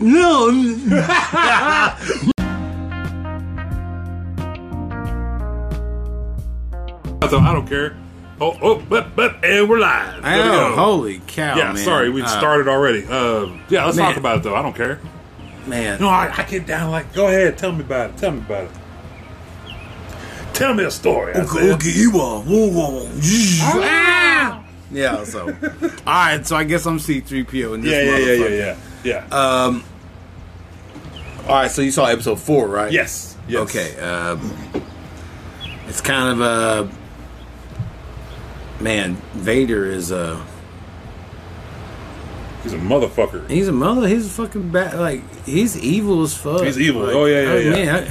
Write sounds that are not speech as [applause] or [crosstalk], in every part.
No. [laughs] So I don't care. Oh, oh, but, but, and we're live. There we Oh, go. holy cow! yeah, man. sorry, we Uh, started already. Um, yeah, let's man. talk about it though. I don't care. Man, No, I, I get down like, go ahead, tell me about it. Tell me about it. Tell me a story. I said. Oh, yeah. So, all [laughs] right. So I guess I'm C3PO in this. Yeah, yeah, yeah, yeah, motherfucker. Uh, yeah, yeah. All right. So you saw episode four, right? yes. Yes. Okay. Um, it's kind of a man. Vader is a He's a motherfucker. he's a mother. He's a fucking bad. Like he's evil as fuck. He's evil. Like, Oh, yeah, yeah, I mean, yeah. Man,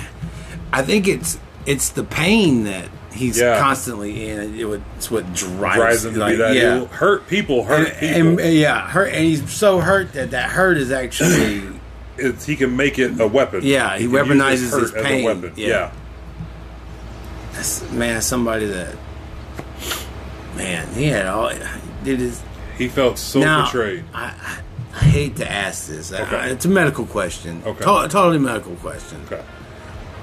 I, I think it's it's the pain that he's Yeah. constantly in. It would, it's what drives, Drives him to be like, that. yeah. evil. Hurt people. Hurt people. And, and- yeah, hurt, and he's so hurt that that hurt is actually it's, he can make it a weapon. Yeah, he can use weaponizes his hurt as a pain. weapon. Yeah. yeah. that's, man somebody that man he had all did his He felt so now betrayed. I, I, I hate to ask this. I- Okay. I- it's a medical question. Okay. To- totally medical question. Okay.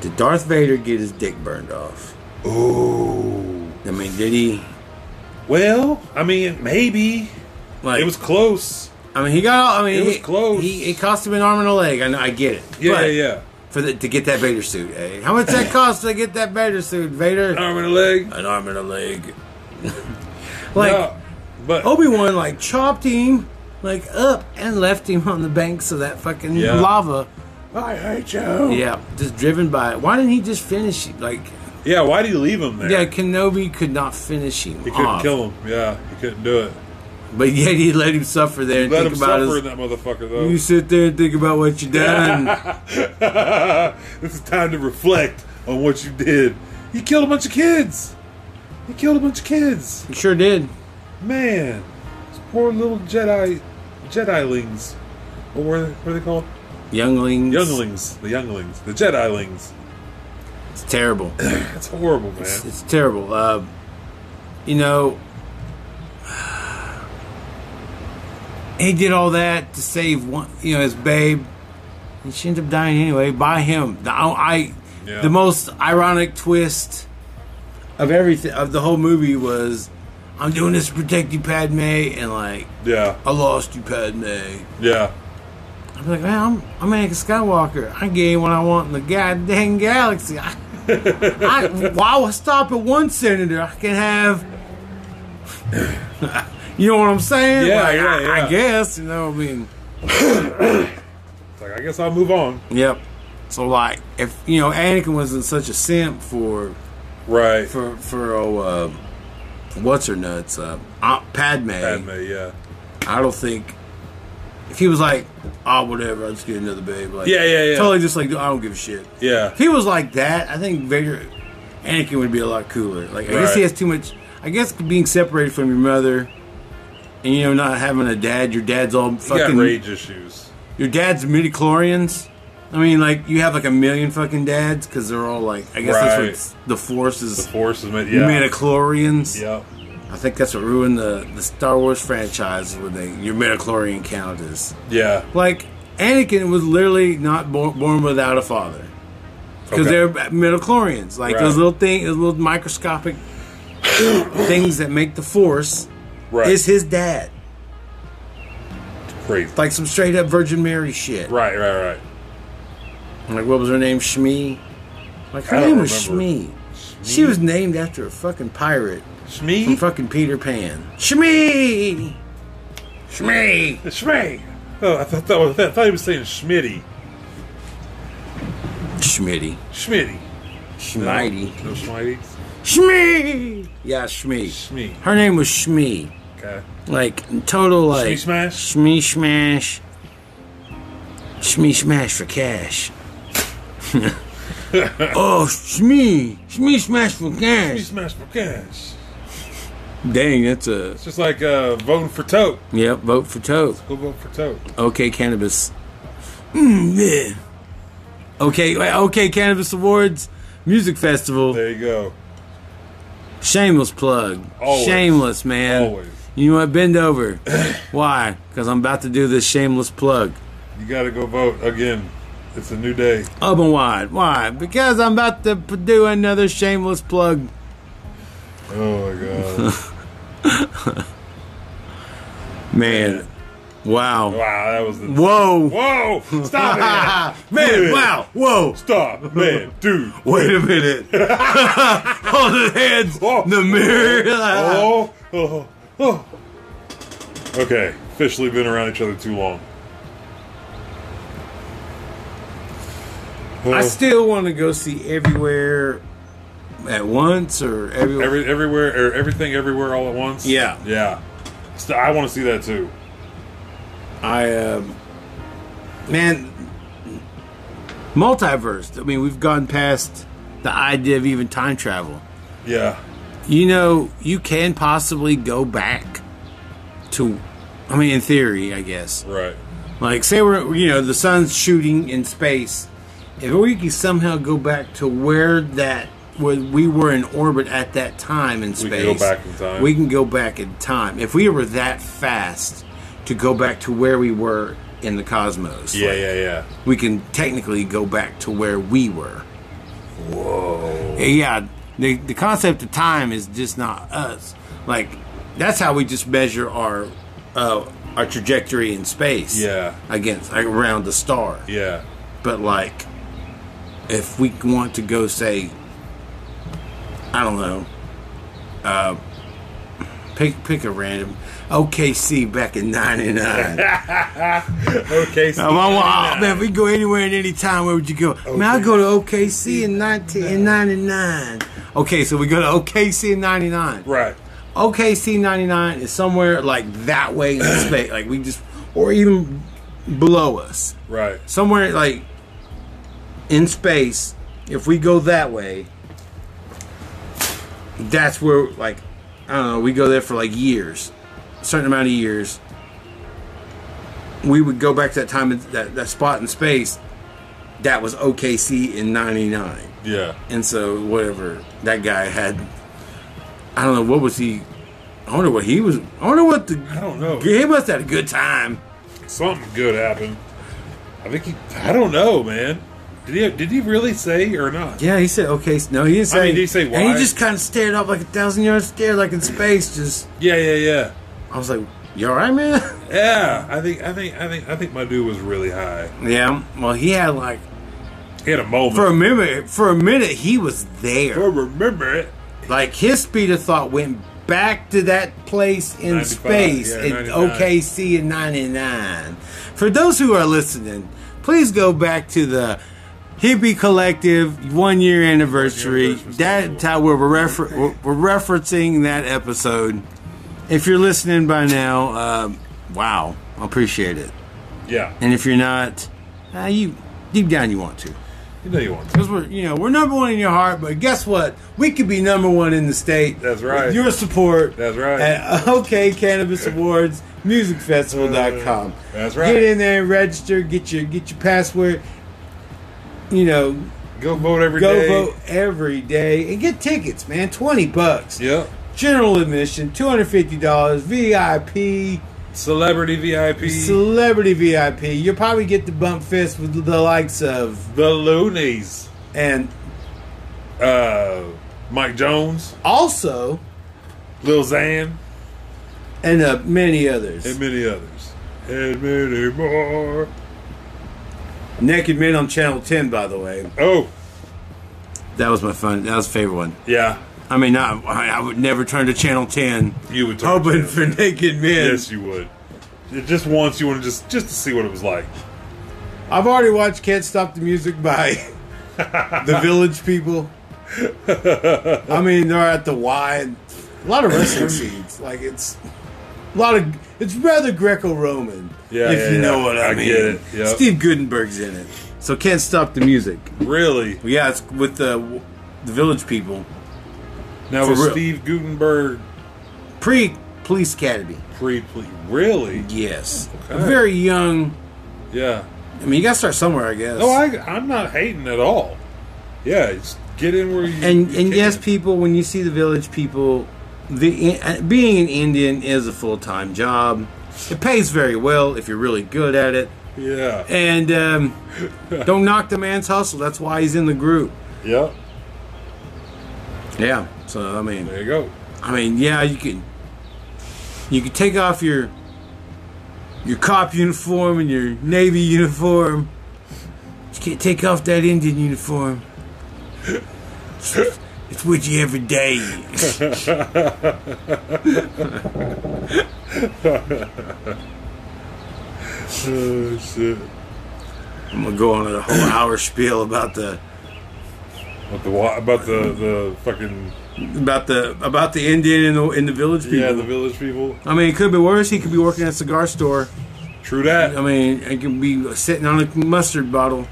Did Darth Vader get his dick burned off? Ooh. I mean, did he? Well, I mean, maybe Like it was close. I mean, he got. all I mean, it was he- close. He, it cost him an arm and a leg. I, know, I get it. Yeah, But yeah, For the, to get that Vader suit, eh? How much that cost to get that Vader suit, Vader? yeah. Arm and a leg. an arm and a leg. [laughs] like oh. No, but Obi Wan, like chopped him, like up and left him on the banks of that fucking Yeah. lava. I hate you. Yeah. Yeah, just driven by it. Why didn't he just finish it? Like, Why do you leave him there? yeah, Uh-huh. Kenobi could not finish him. he couldn't off, kill him. Yeah, he couldn't do it. But yet he let him suffer there and Let think him about suffer his. in that motherfucker You though. sit there and think about what you done. [laughs] this is time to reflect on what you did. You killed a bunch of kids. You killed a bunch of kids. You sure did. Man, these poor little Jedi, Jedilings. What were they, what are they called? Younglings. Younglings. The younglings. The Jedilings. It's terrible. That's horrible, man. It's, it's terrible. Uh, you know, he did all that to save one. You know his babe, and she ended up dying anyway by him. The, I, Yeah. the most ironic twist of everything of the whole movie was, I'm doing this to protect you, Padme, and like yeah. I lost you, Padme. Yeah. I'm I'm like, man, I'm, I'm Anakin Skywalker. I get what I want in the goddamn galaxy. [laughs] I, I, why would I stop at one senator? I can have. [laughs] you know what I'm saying? Yeah, Like, I, yeah, yeah. I guess you know. I mean, like, I guess I'll move on. yep. So like, if you know, Anakin wasn't such a simp for Right. for for oh, uh, what's her nuts, uh, Aunt Padme. Padme, yeah. I don't think. If he was like, ah, whatever, I'll just get another babe. Like, Yeah, yeah, yeah. Totally just like, I don't give a shit. Yeah. If he was like that, I think Vader, Anakin would be a lot cooler. Like I guess Right. he has too much. I guess being separated from your mother, and you know not having a dad. Your dad's all He got fucking. rage issues. Your dad's midi chlorians. I mean, like you have like a million fucking dads because they're all like. I guess Right. that's what the Force The is. Force is made, yeah. Midichlorians. Yep. I think that's what ruined the, the Star Wars franchise when they your midichlorian count is. Yeah. Like Anakin was literally not born, born without a father because Okay. they're midichlorians. Like Right. those little things, those little [coughs] microscopic things that make the Force Right. is his dad. crazy. Like some straight up Virgin Mary shit. Right, right, right. Like what was her name? Shmi. Like her I don't name was remember. Shmi. She was named after a fucking pirate from Shmee? fucking Peter Pan. Shmi. Shmi. Shmee! Oh, I thought, that was, I thought he was saying Schmitty. Schmitty. Schmitty. Schmitty. No Schmitty? Shmi. Yeah, Shmi. Schmee. Her name was Shmi. Okay. Like total like Shmi smash? Shmi smash. Shmi smash for [laughs] cash. oh Shmi. Shmi smash for He cash. smashed for cash. Dang, that's a It's just like uh, voting for Tote. Yep, vote for Toad. Go vote for Tote. Okay cannabis. Mm, yeah. Okay, wait, okay cannabis awards. Music festival. There you go. Shameless plug. Always. Shameless man. Always. [clears throat] You know what? Bend over. Why? Because I'm about to do this shameless plug. You got to go vote again. It's a new day. Up and wide. Why? Because I'm about to p- do another shameless plug. Oh my [laughs] god! Man. Wow. wow, that was the Whoa. whoa. Stop [laughs] [laughs] it, Man, wow. Whoa. Stop, man, [laughs] dude. Wait a minute. [laughs] Hold the hands. Oh. The mirror. Oh, oh, oh. Okay, officially been around each other too long. I Oh, still want to go see everywhere at once or everywhere. every everywhere or everything everywhere all at once. Yeah. yeah. St- I want to see that too. I, um, man, multiverse. I mean, we've gone past the idea of even time travel. Yeah, You know, you can possibly go back to. I mean, in theory, I guess. right. Like, say we're you know the sun's shooting in space. If we could somehow go back to where that where we were in orbit at that time in We space, can go back in time. We can go back in time if we were that fast to go back to where we were in the cosmos. Yeah, like, yeah, yeah. we can technically go back to where we were. Whoa. Yeah, the the concept of time is just not us. Like that's how we just measure our uh, our trajectory in space. Yeah. against like, around the star. Yeah. But like, if we want to go say, I don't know, uh, pick pick a random OKC back in '99. [laughs] Okay. I'm on- oh, man, if we go anywhere at any time, where would you go? Man, I go to OKC in 19 in 99. Okay, so we go to OKC in 99. Right. OKC 99 is somewhere like that way in space. Like we just, or even below us. Right. Somewhere like in space, if we go that way, that's where, like, I don't know, we go there for like years, certain amount of years. We would go back to that time, that, that spot in space that was OKC in 99. Yeah. And so whatever that guy had, I don't know what was he. I wonder what he was. I wonder what the. I don't know. He must have had a good time. Something good happened. I think he. I don't know, man. Did he? Did he really say or not? Yeah, he said okay. No, he didn't say. I mean, did he say And why? he just kind of stared up like a thousand yard stare, like in space. Just Yeah. Yeah. Yeah. I was like, "You all right, man?" Yeah. I think. I think. I think. I think my dude was really high. Yeah. Well, he had like He had a moment. for a minute. For a minute, he was I there. remember it. Like his speed of thought went back to that place in 95, space yeah, in 99. OKC in '99. For those who are listening, please go back to the Hippie Collective one year anniversary. anniversary. That's how we're, refer- we're we're referencing that episode. If you're listening by now, uh, wow, I appreciate it. Yeah. And if you're not, uh, you deep down you want to. You know you want to. Because we're, you know, we're number one in your heart, but guess what? We could be number one in the state. That's right. With your support. That's right. At OK Cannabis Awards musicfestival.com. Mm-hmm. That's right. Get in there and register. Get your get your password. You know, Go vote every go day. vote every day and get tickets, man. Twenty bucks. Yep. General admission, two hundred fifty dollars. VIP, Celebrity VIP. celebrity VIP. You'll probably get to bump fists with the likes of the Loonies. and Uh, Mike Jones, also Lil Xan, and uh, many others. and many others, and many more. Naked Men on Channel 10, by the way. Oh, That was my fun. That was my favorite one. yeah. I mean, I, I I would never turn to Channel [laughs] 10 You would. turn hoping it for down. Naked Men. Yes, you would. Just once, you want to just just to see what it was like. I've already watched Can't Stop the Music by [laughs] The Village People. I mean, they're at the Y. And a lot of wrestling [laughs] scenes. Like, it's a lot of. It's rather Greco Roman. Yeah, If yeah, you know yeah. what I, I mean. get it, yep. Steve Gutenberg's in it. So, Can't Stop the Music. Really? Yeah, it's with the, the Village People. Now For was real. Steve Gutenberg Pre Police Academy. pre ple Really? Yes. Okay. A very young. Yeah. I mean, you got to start somewhere, I guess. No, I I'm not hating at all. Yeah, just get in where you and you and can. yes, people. When you see the village people, the uh, being an Indian is a full time job. It pays very well if you're really good at it. Yeah. And [laughs] um, don't knock the man's hustle. That's why he's in the group. Yep. Yeah. So I mean, There you go. I mean, yeah, you can you can take off your your cop uniform and your navy uniform. You can't take off that Indian uniform. It's with you every day. Uh, Oh shit. I'm gonna go on a whole hour spiel about the About the wa- about the the fucking about the about the Indian in the, in the village people. yeah the village people. I mean, it could be worse. He could be working at a cigar store. True that. I mean, it could be sitting on a mustard [sighs] bottle.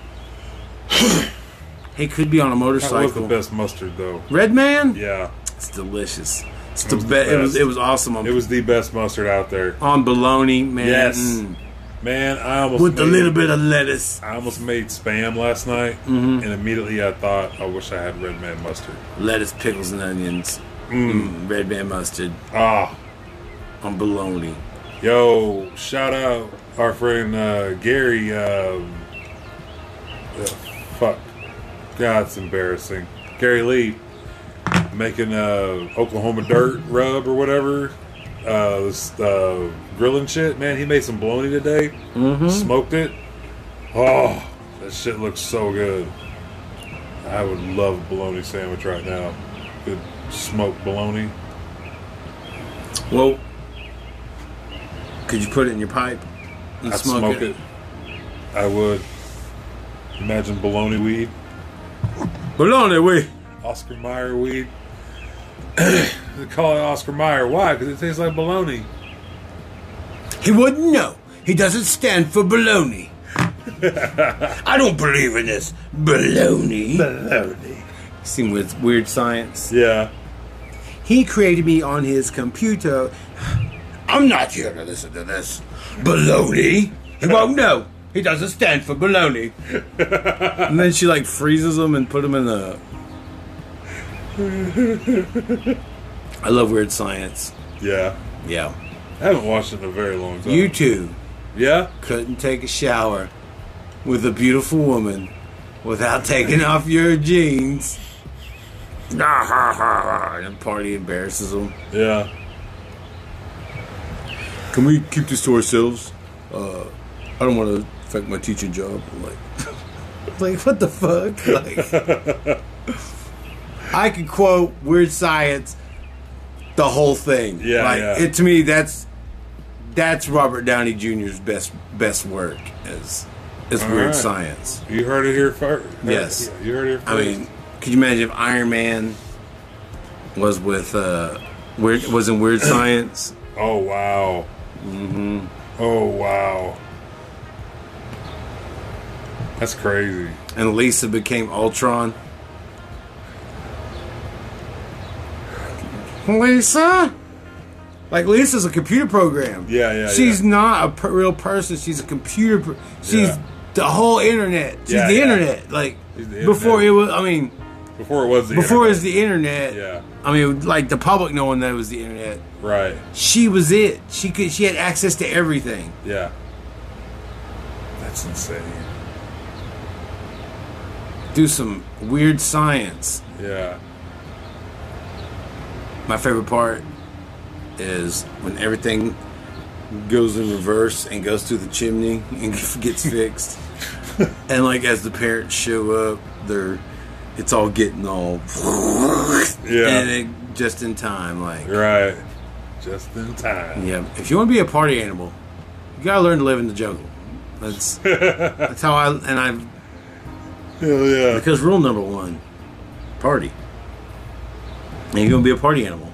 he could be on a That was the motorcycle. best mustard though. Red Man? Yeah. It's delicious. It's the, was the be- It was best. it was awesome. On, It was the best mustard out there. on bologna, man. Yes. Mm. Man, I almost With a made- little bit of lettuce. I almost made spam last night, and immediately I thought, I wish I had red man mustard. Lettuce, pickles, and onions. Mm, Red man mustard Ah, on bologna. yo, shout out our friend uh, Gary. Um, uh, fuck, God, it's embarrassing. Gary Lee making uh, Oklahoma dirt rub or whatever. Uh, this, uh, grilling shit, man. He made some bologna today. Smoked it. Oh, that shit looks so good. I would love a bologna sandwich right now. Good smoked bologna. Well, could you put it in your pipe and I smoke, it. I would. Imagine bologna weed, Bologna, we. Oscar Mayer weed. [clears throat] they call it Oscar Mayer. Why? Because it tastes like bologna. He wouldn't know. He doesn't stand for [laughs] baloney. I don't believe in this baloney. Bologna. Seen with weird science. Yeah. He created me on his computer. I'm not here to listen to this baloney. He won't know. He doesn't stand for baloney. and then she like freezes him and put him in the. I love weird science. Yeah. Yeah. I haven't watched it in a very long time. You too. yeah? couldn't take a shower with a beautiful woman without taking off your jeans. [laughs] and party embarrasses them. Yeah. Can we keep this to ourselves? Uh, I don't want to affect my teaching job. Like, [laughs] like what the fuck? [laughs] Like, I could quote Weird Science, the whole thing. Yeah, like, yeah. It to me that's that's Robert Downey Jr.'s best best work is is Weird right. Science. You heard it here first. Yes. You heard it here first. I mean, could you imagine if Iron Man was with uh, weird was in Weird Science? Oh, wow. Mm-hmm. Oh, wow. That's crazy. and Lisa became Ultron. Lisa? Like Lisa's a computer program. Yeah, yeah, She's yeah. not a per- real person. She's a computer. Pro- she's Yeah. the whole internet. She's Yeah, the yeah. internet. Like She's the before internet. it was. I mean, Before it was the before it was internet. the internet. Yeah. I mean, like the public knowing that it was the internet. Right. She was it. She could. She had access to everything. Yeah. That's insane. Do some weird science. Yeah. My favorite part is when everything goes in reverse and goes through the chimney and [laughs] gets fixed. and like as the parents show up, they're it's all getting all [laughs] Yeah. and it, just in time. Like Right. Just in time. yeah, if you want to be a party animal, you gotta learn to live in the jungle. That's that's how I and I Hell yeah. because rule number one, party. And you're gonna be a party animal.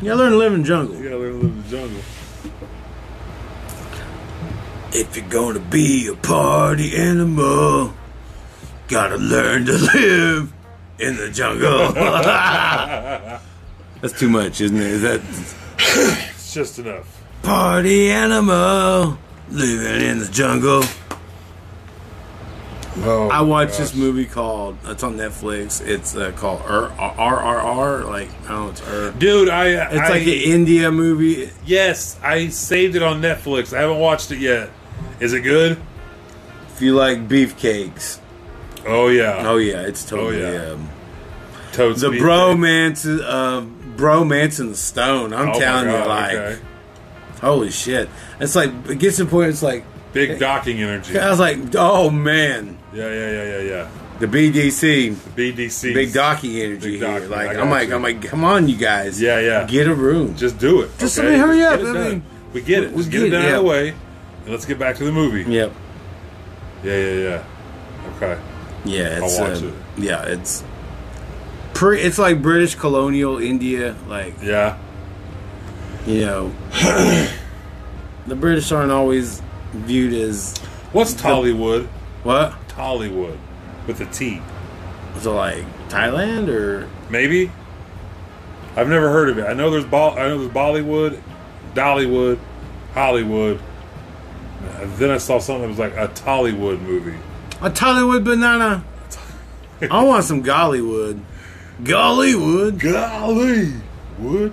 You gotta learn to live in the jungle. You gotta learn to live in the jungle. If you're gonna be a party animal, gotta learn to live in the [laughs] jungle. That's too much, isn't it? Is that It's just enough. party animal living in the jungle? Oh, I watched this movie called. It's on Netflix. It's uh, called R R R R. Like I don't know, it's R. Dude, I It's I, like an India movie. yes, I saved it on Netflix. I haven't watched it yet. Is it good? If you like beefcakes, Oh yeah. oh yeah, it's totally yeah. um, Toads the beefcake. bromance, uh, bromance and the stone. I'm Oh, my telling you, God, like, okay. holy shit! It's like it gets to the point. It's like big docking energy. I Yeah, was like, oh man, yeah, yeah, yeah, yeah. the BDC, BDC. big docking energy Big here. docking, I Like got I'm like you. I'm like, come on, you guys, Yeah, yeah. get a room. Just do it. Just okay? let me hurry Just up, Get it I done. mean, we get it. we Just get, get it it, down yeah. the way. And let's get back to the movie. yep, Yeah, yeah, yeah. Okay. yeah, I'll it's watch uh, it. yeah, it's pretty. It's like British colonial India, like Yeah. you know, [coughs] the British aren't always viewed as What's Tollywood? what. Tollywood with a T. So like Thailand or Maybe. I've never heard of it. I know there's Bo- I know there's Bollywood, Dollywood, Hollywood. Uh, Then I saw something that was like a Tollywood movie. a Tollywood banana. I want some Gollywood. Gollywood. Golly, wood. Gollywood.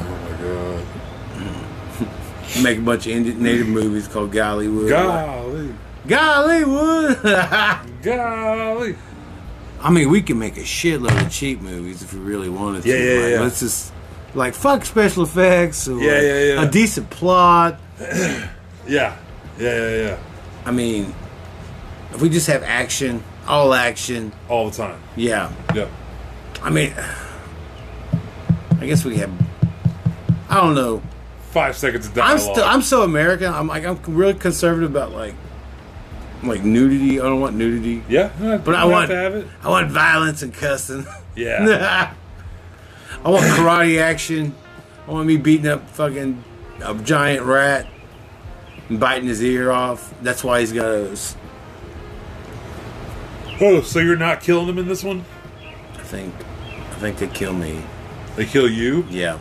Oh my god. Make a bunch of Indian native movies called Gollywood. Golly, Gollywood. [laughs] golly. I mean, we can make a shitload of cheap movies if we really wanted to. Yeah, yeah, like, yeah. Let's just like fuck special effects. Or, Yeah, like, yeah, yeah. A decent plot. Yeah, yeah, yeah, yeah. I mean, if we just have action, all action. All the time. Yeah. Yep. I mean, [sighs] I guess we have. I don't know. Five seconds of I'm dialogue. still. I'm so American. I'm like I'm really conservative about like, like nudity. I don't want nudity. yeah, no, But you I have want. to have [laughs] it. I want violence and cussing. Yeah, [laughs] I want karate action. I want me beating up fucking a giant rat and biting his ear off. That's why he's got a. s- Oh, so you're not killing them in this one? I think. I think they kill me. They kill you? Yeah.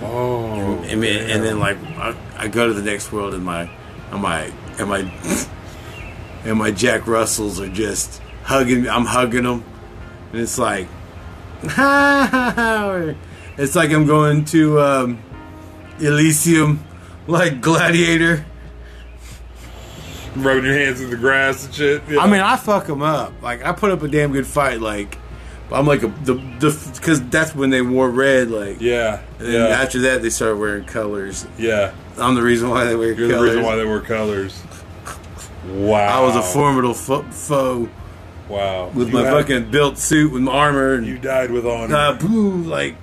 Oh. and, then- and then like I, I go to the next world and my and my and my and my Jack Russells are just hugging I'm hugging them and it's like [laughs] or it's like I'm going to um, Elysium like Gladiator rubbing your hands in the grass and shit. Yeah. I mean I fuck them up like I put up a damn good fight like I'm like a, the the because that's when they wore red like yeah, and then yeah, after that they started wearing colors yeah. I'm the reason why they wear You're colors the reason why they were colors. I Wow, was a formidable fo- foe Wow, with You my had- fucking built suit with my armor [laughs] You and died with honor. uh, boo, like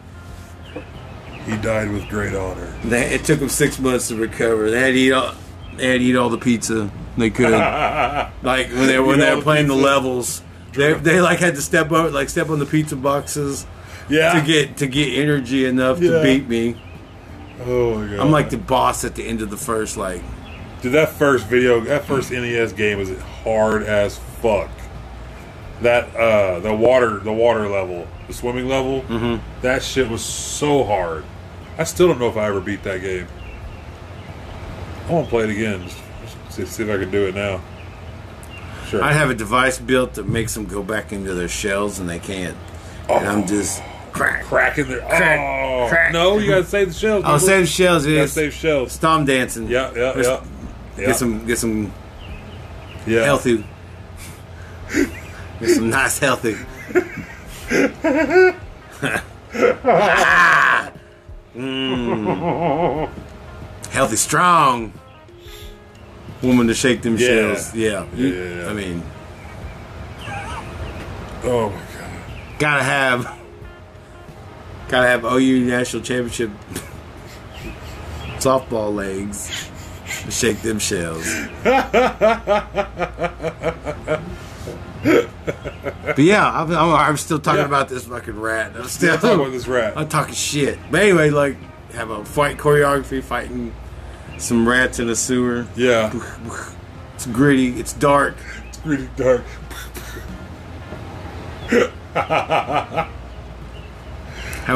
he died with [laughs] great honor. they, it took them six months to recover. They had to eat all, they had to eat all the pizza they could. [laughs] like when they when Eat they were all the playing the pizza. levels, they, they like had to step up like step on the pizza boxes Yeah. to get to get energy enough to Yeah. beat me. oh my god. I'm like the boss at the end of the first like. Dude, that first video, that first NES game was hard as fuck. That uh, the water, the water level, the swimming level, Mm-hmm. that shit was so hard. I still don't know if I ever beat that game. I want to play it again. Just, just see, see if I can do it now. Sure. I have a device built that makes them go back into their shells and they can't. And Oh. I'm just crack. cracking there. Crack, oh crack. no, you gotta save the shells. I'll people. Oh, save shells. You Yeah, gotta save shells. Stom dancing. Yeah, yeah, Let's yeah. yeah. Get some get some yeah. healthy. Get some nice healthy. [laughs] Mm. Healthy, strong woman to shake them Yeah. shells. Yeah. You- Yeah. I mean, [laughs] Oh my god. gotta have, gotta have OU national championship [laughs] softball legs to shake them shells. but yeah, I'm, I'm, I'm still talking Yeah. about this fucking rat. I'm Yeah, still talk about this rat. I'm talking shit. But anyway, like have a fight choreography fighting some rats in a sewer. yeah. It's gritty. It's dark. It's really dark. Have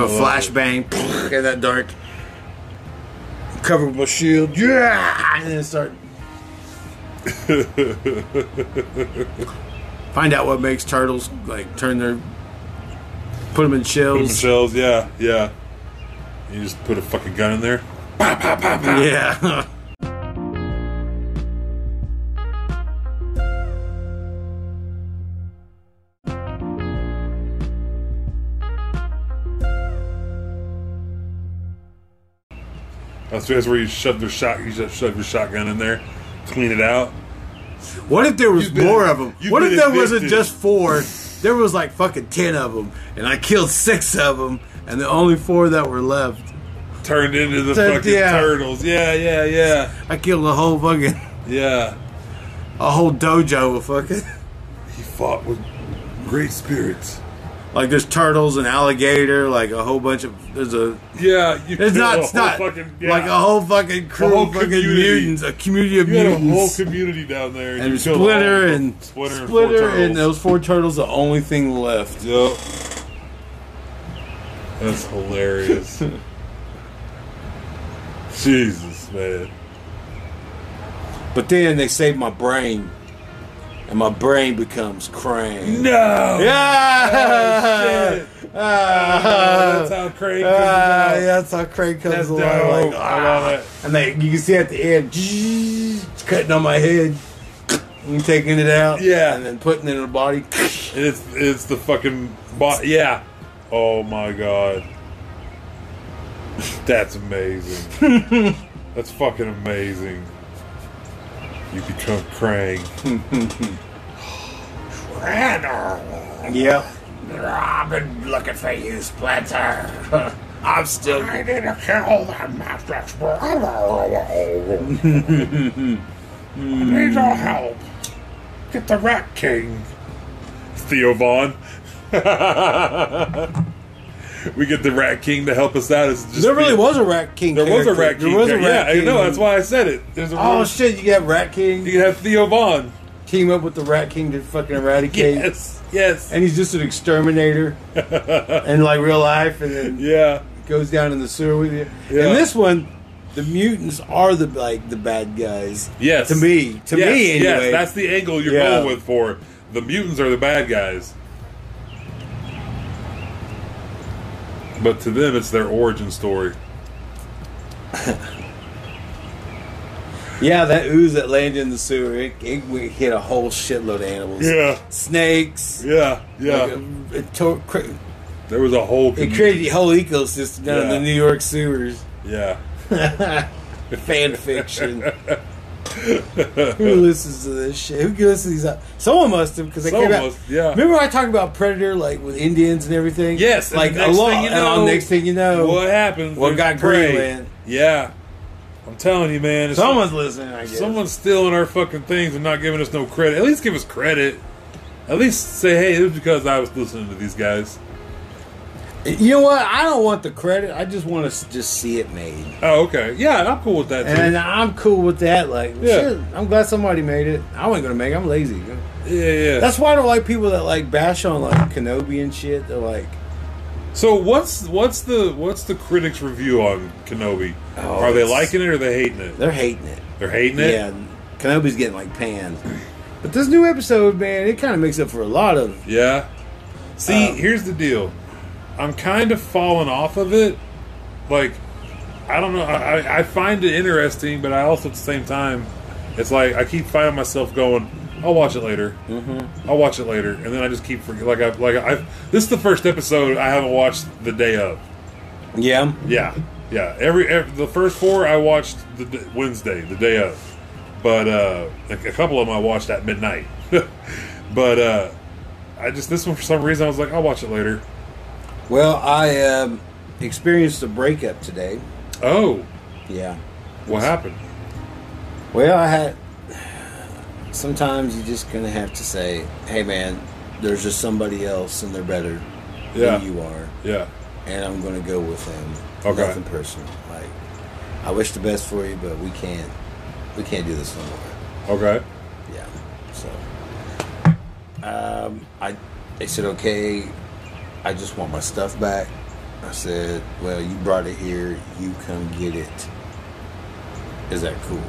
a flashbang [laughs] in that dark. Cover with my shield. Yeah, and then [laughs] start. Find out what makes turtles like turn their. Put them in Put them in shells. [laughs] shells. Yeah, yeah. You just put a fucking gun in there. Bah, bah, pa, pa, pa. Yeah. [laughs] That's, that's where you shove their shot. You just shove your shotgun in there, clean it out. What if there was You've been- more of them? you've What if been there wasn't evicted. just four? There was like fucking ten of them, and I killed six of them, and the only four that were left, Turned into the Tur- fucking yeah. turtles. Yeah, yeah, yeah, I killed a whole fucking yeah. a whole dojo of fucking [laughs] He fought with great spirits. like there's turtles and alligator, like a whole bunch of there's a Yeah, you it's killed not a it's whole not fucking, yeah. like a whole fucking crew whole of fucking community. mutants, a community of You had a whole mutants. community down there, and you killed Splinter all- and Splinter and four Splinter and turtles. those four turtles, the only thing left. Yep. [laughs] That's hilarious. Jesus, man. But then they save my brain, and my brain becomes Crane. No! Yeah. Oh, shit. Oh, Ah. [laughs] that's how Craig Ah, comes out. yeah, that's how Craig comes That's along. dope. Like, oh, I love ah. it. And they, you can see at the end, it's [laughs] cutting on my head, and taking it out, Yeah. and then putting it in the body. [laughs] And It's, it's the fucking bot. Yeah. Oh my god. [laughs] That's amazing. [laughs] that's fucking amazing. You become Krang. Krang. Yep. I've been looking for you, Splinter. [laughs] I'm still. I need to kill that Master [laughs] Splinter. I need your help. Get the Rat King. Theo Vaughn. [laughs] we get the Rat King to help us out. It's just There really Theo- was a Rat King. There was a character. Rat King. There was a character. Rat yeah, King. I know. That's why I said it. There's a Oh real- shit! You got Rat You King. can have Theo Vaughn. Team up with the Rat King to fucking eradicate. Yes. Yes. And he's just an [laughs] exterminator in like real life, and then yeah. goes down in the sewer with you. Yeah. And this one, the mutants are the like the bad guys. Yes. To me, to Yes, me anyway. Yes, that's the angle you're Yeah. going with for it. The mutants are the bad guys. But to them, it's their origin story. yeah, that ooze that landed in the sewer, it, it would hit a whole shitload of animals. Yeah. Snakes. Yeah, yeah. like, it, it to- cr- there was a whole. it commu- created a whole ecosystem down in Yeah. the New York sewers. yeah. Fan [laughs] fiction. Who listens to this shit? Who listens to these? uh, Someone must have because they Someone came out. must- yeah. Remember I talked about Predator like with Indians and everything. Yes, and Like the a next lot. thing you and know- the next thing you know, What happened? What There's got prey. Greenland. Yeah. I'm telling you, man. it's- someone's listening. I guess. someone's stealing our fucking things and not giving us no credit. At least give us credit. At least say, hey, it was because I was listening to these guys. You know what? I don't want the credit. I just want to s- just see it made, Oh, okay. Yeah, I'm cool with that. Too. and uh, I'm cool with that. Like, Yeah. shit, I'm glad somebody made it. I wasn't gonna make. it. I'm lazy. yeah, yeah. That's why I don't like people that like bash on like Kenobi and shit. They're like, So what's what's the what's the critics review on Kenobi? Oh, are they it's- liking it or are they hating it? they're hating it. They're hating it. Yeah, Kenobi's getting like panned. But this new episode, man, it kind of makes up for a lot of Yeah. See, Um, here's the deal. I'm kind of falling off of it. Like, I don't know. I, I- I find it interesting, but I also at the same time, it's like I keep finding myself going. I'll watch it later. Mm-hmm. I'll watch it later, and then I just keep forget. Like I like I. This is the first episode I haven't watched the day of. yeah. Yeah, yeah. Every, every the first four I watched the d- Wednesday, the day of, but uh, a, a couple of them I watched at midnight. [laughs] but uh, I just this one for some reason I was like, I'll watch it later. Well, I um, experienced a breakup today. Oh, Yeah. what happened? Well, I had. Sometimes you're just gonna have to say, "Hey, man, there's just somebody else, and they're better Yeah. than you are, Yeah, and I'm gonna go with them." Okay. Nothing personal. Like, I wish the best for you, but we can't. We can't do this no more. okay, Yeah. So, um, I they said okay. I just want my stuff back. I said, well, you brought it here. You come get it. Is that cool?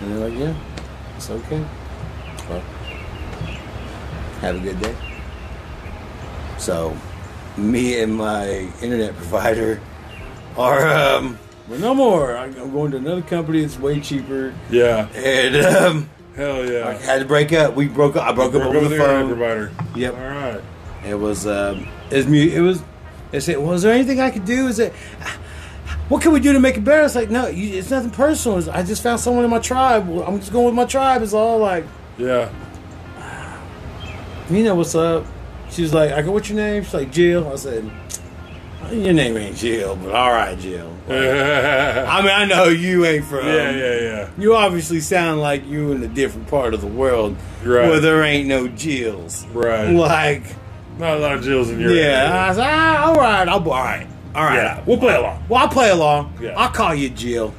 And they're like, yeah, it's okay. Well, have a good day. So, me and my internet provider are um, But no more. I'm going to another company that's way cheaper. Yeah. And um, Hell yeah. I had to break up. We broke up. I broke up Broke over the internet phone. provider. Yep. All right. It was um, it was mu- it was. They said, "Well, is there anything I could do? Is it what can we do to make it better?" It's like, no, you, it's nothing personal. It's, I just found someone in my tribe. Well, I'm just going with my tribe. It's all like, Yeah. [laughs] you know what's up. She was like, "I go, what's your name?" She's like, "Jill." I said, "Your name ain't Jill, but all right, Jill." yeah, I mean, I know you ain't from. yeah, yeah. You obviously sound like you in a different part of the world Right. where there ain't no Jills. Right. Like, Not a lot of Jills in your yeah. I was like, ah, all right, I'll, all right, all right. Yeah, we'll play along. Well, I'll play along. Yeah. I'll call you Jill.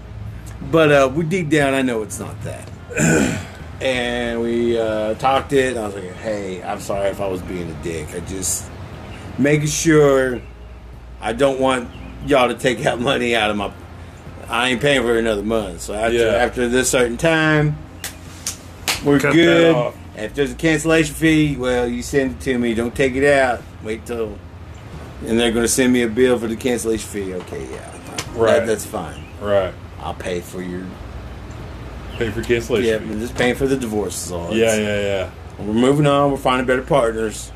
But uh, we deep down, I know it's not that. [clears throat] and we uh, talked it. And I was like, hey, I'm sorry if I was being a dick. I just making sure I don't want y'all to take out [laughs] money out of my. I ain't paying for another month. So after, Yeah. after this certain time, we're Cut that good. off. If there's a cancellation fee, well, you send it to me. Don't take it out. Wait till. And they're going to send me a bill for the cancellation fee. Okay, yeah. That- Right. that's fine. Right. I'll pay for your. Pay for Yeah, cancellation. I'm just paying for the divorce is all. Yeah, yeah, It's- yeah. We're moving on. We're finding better partners.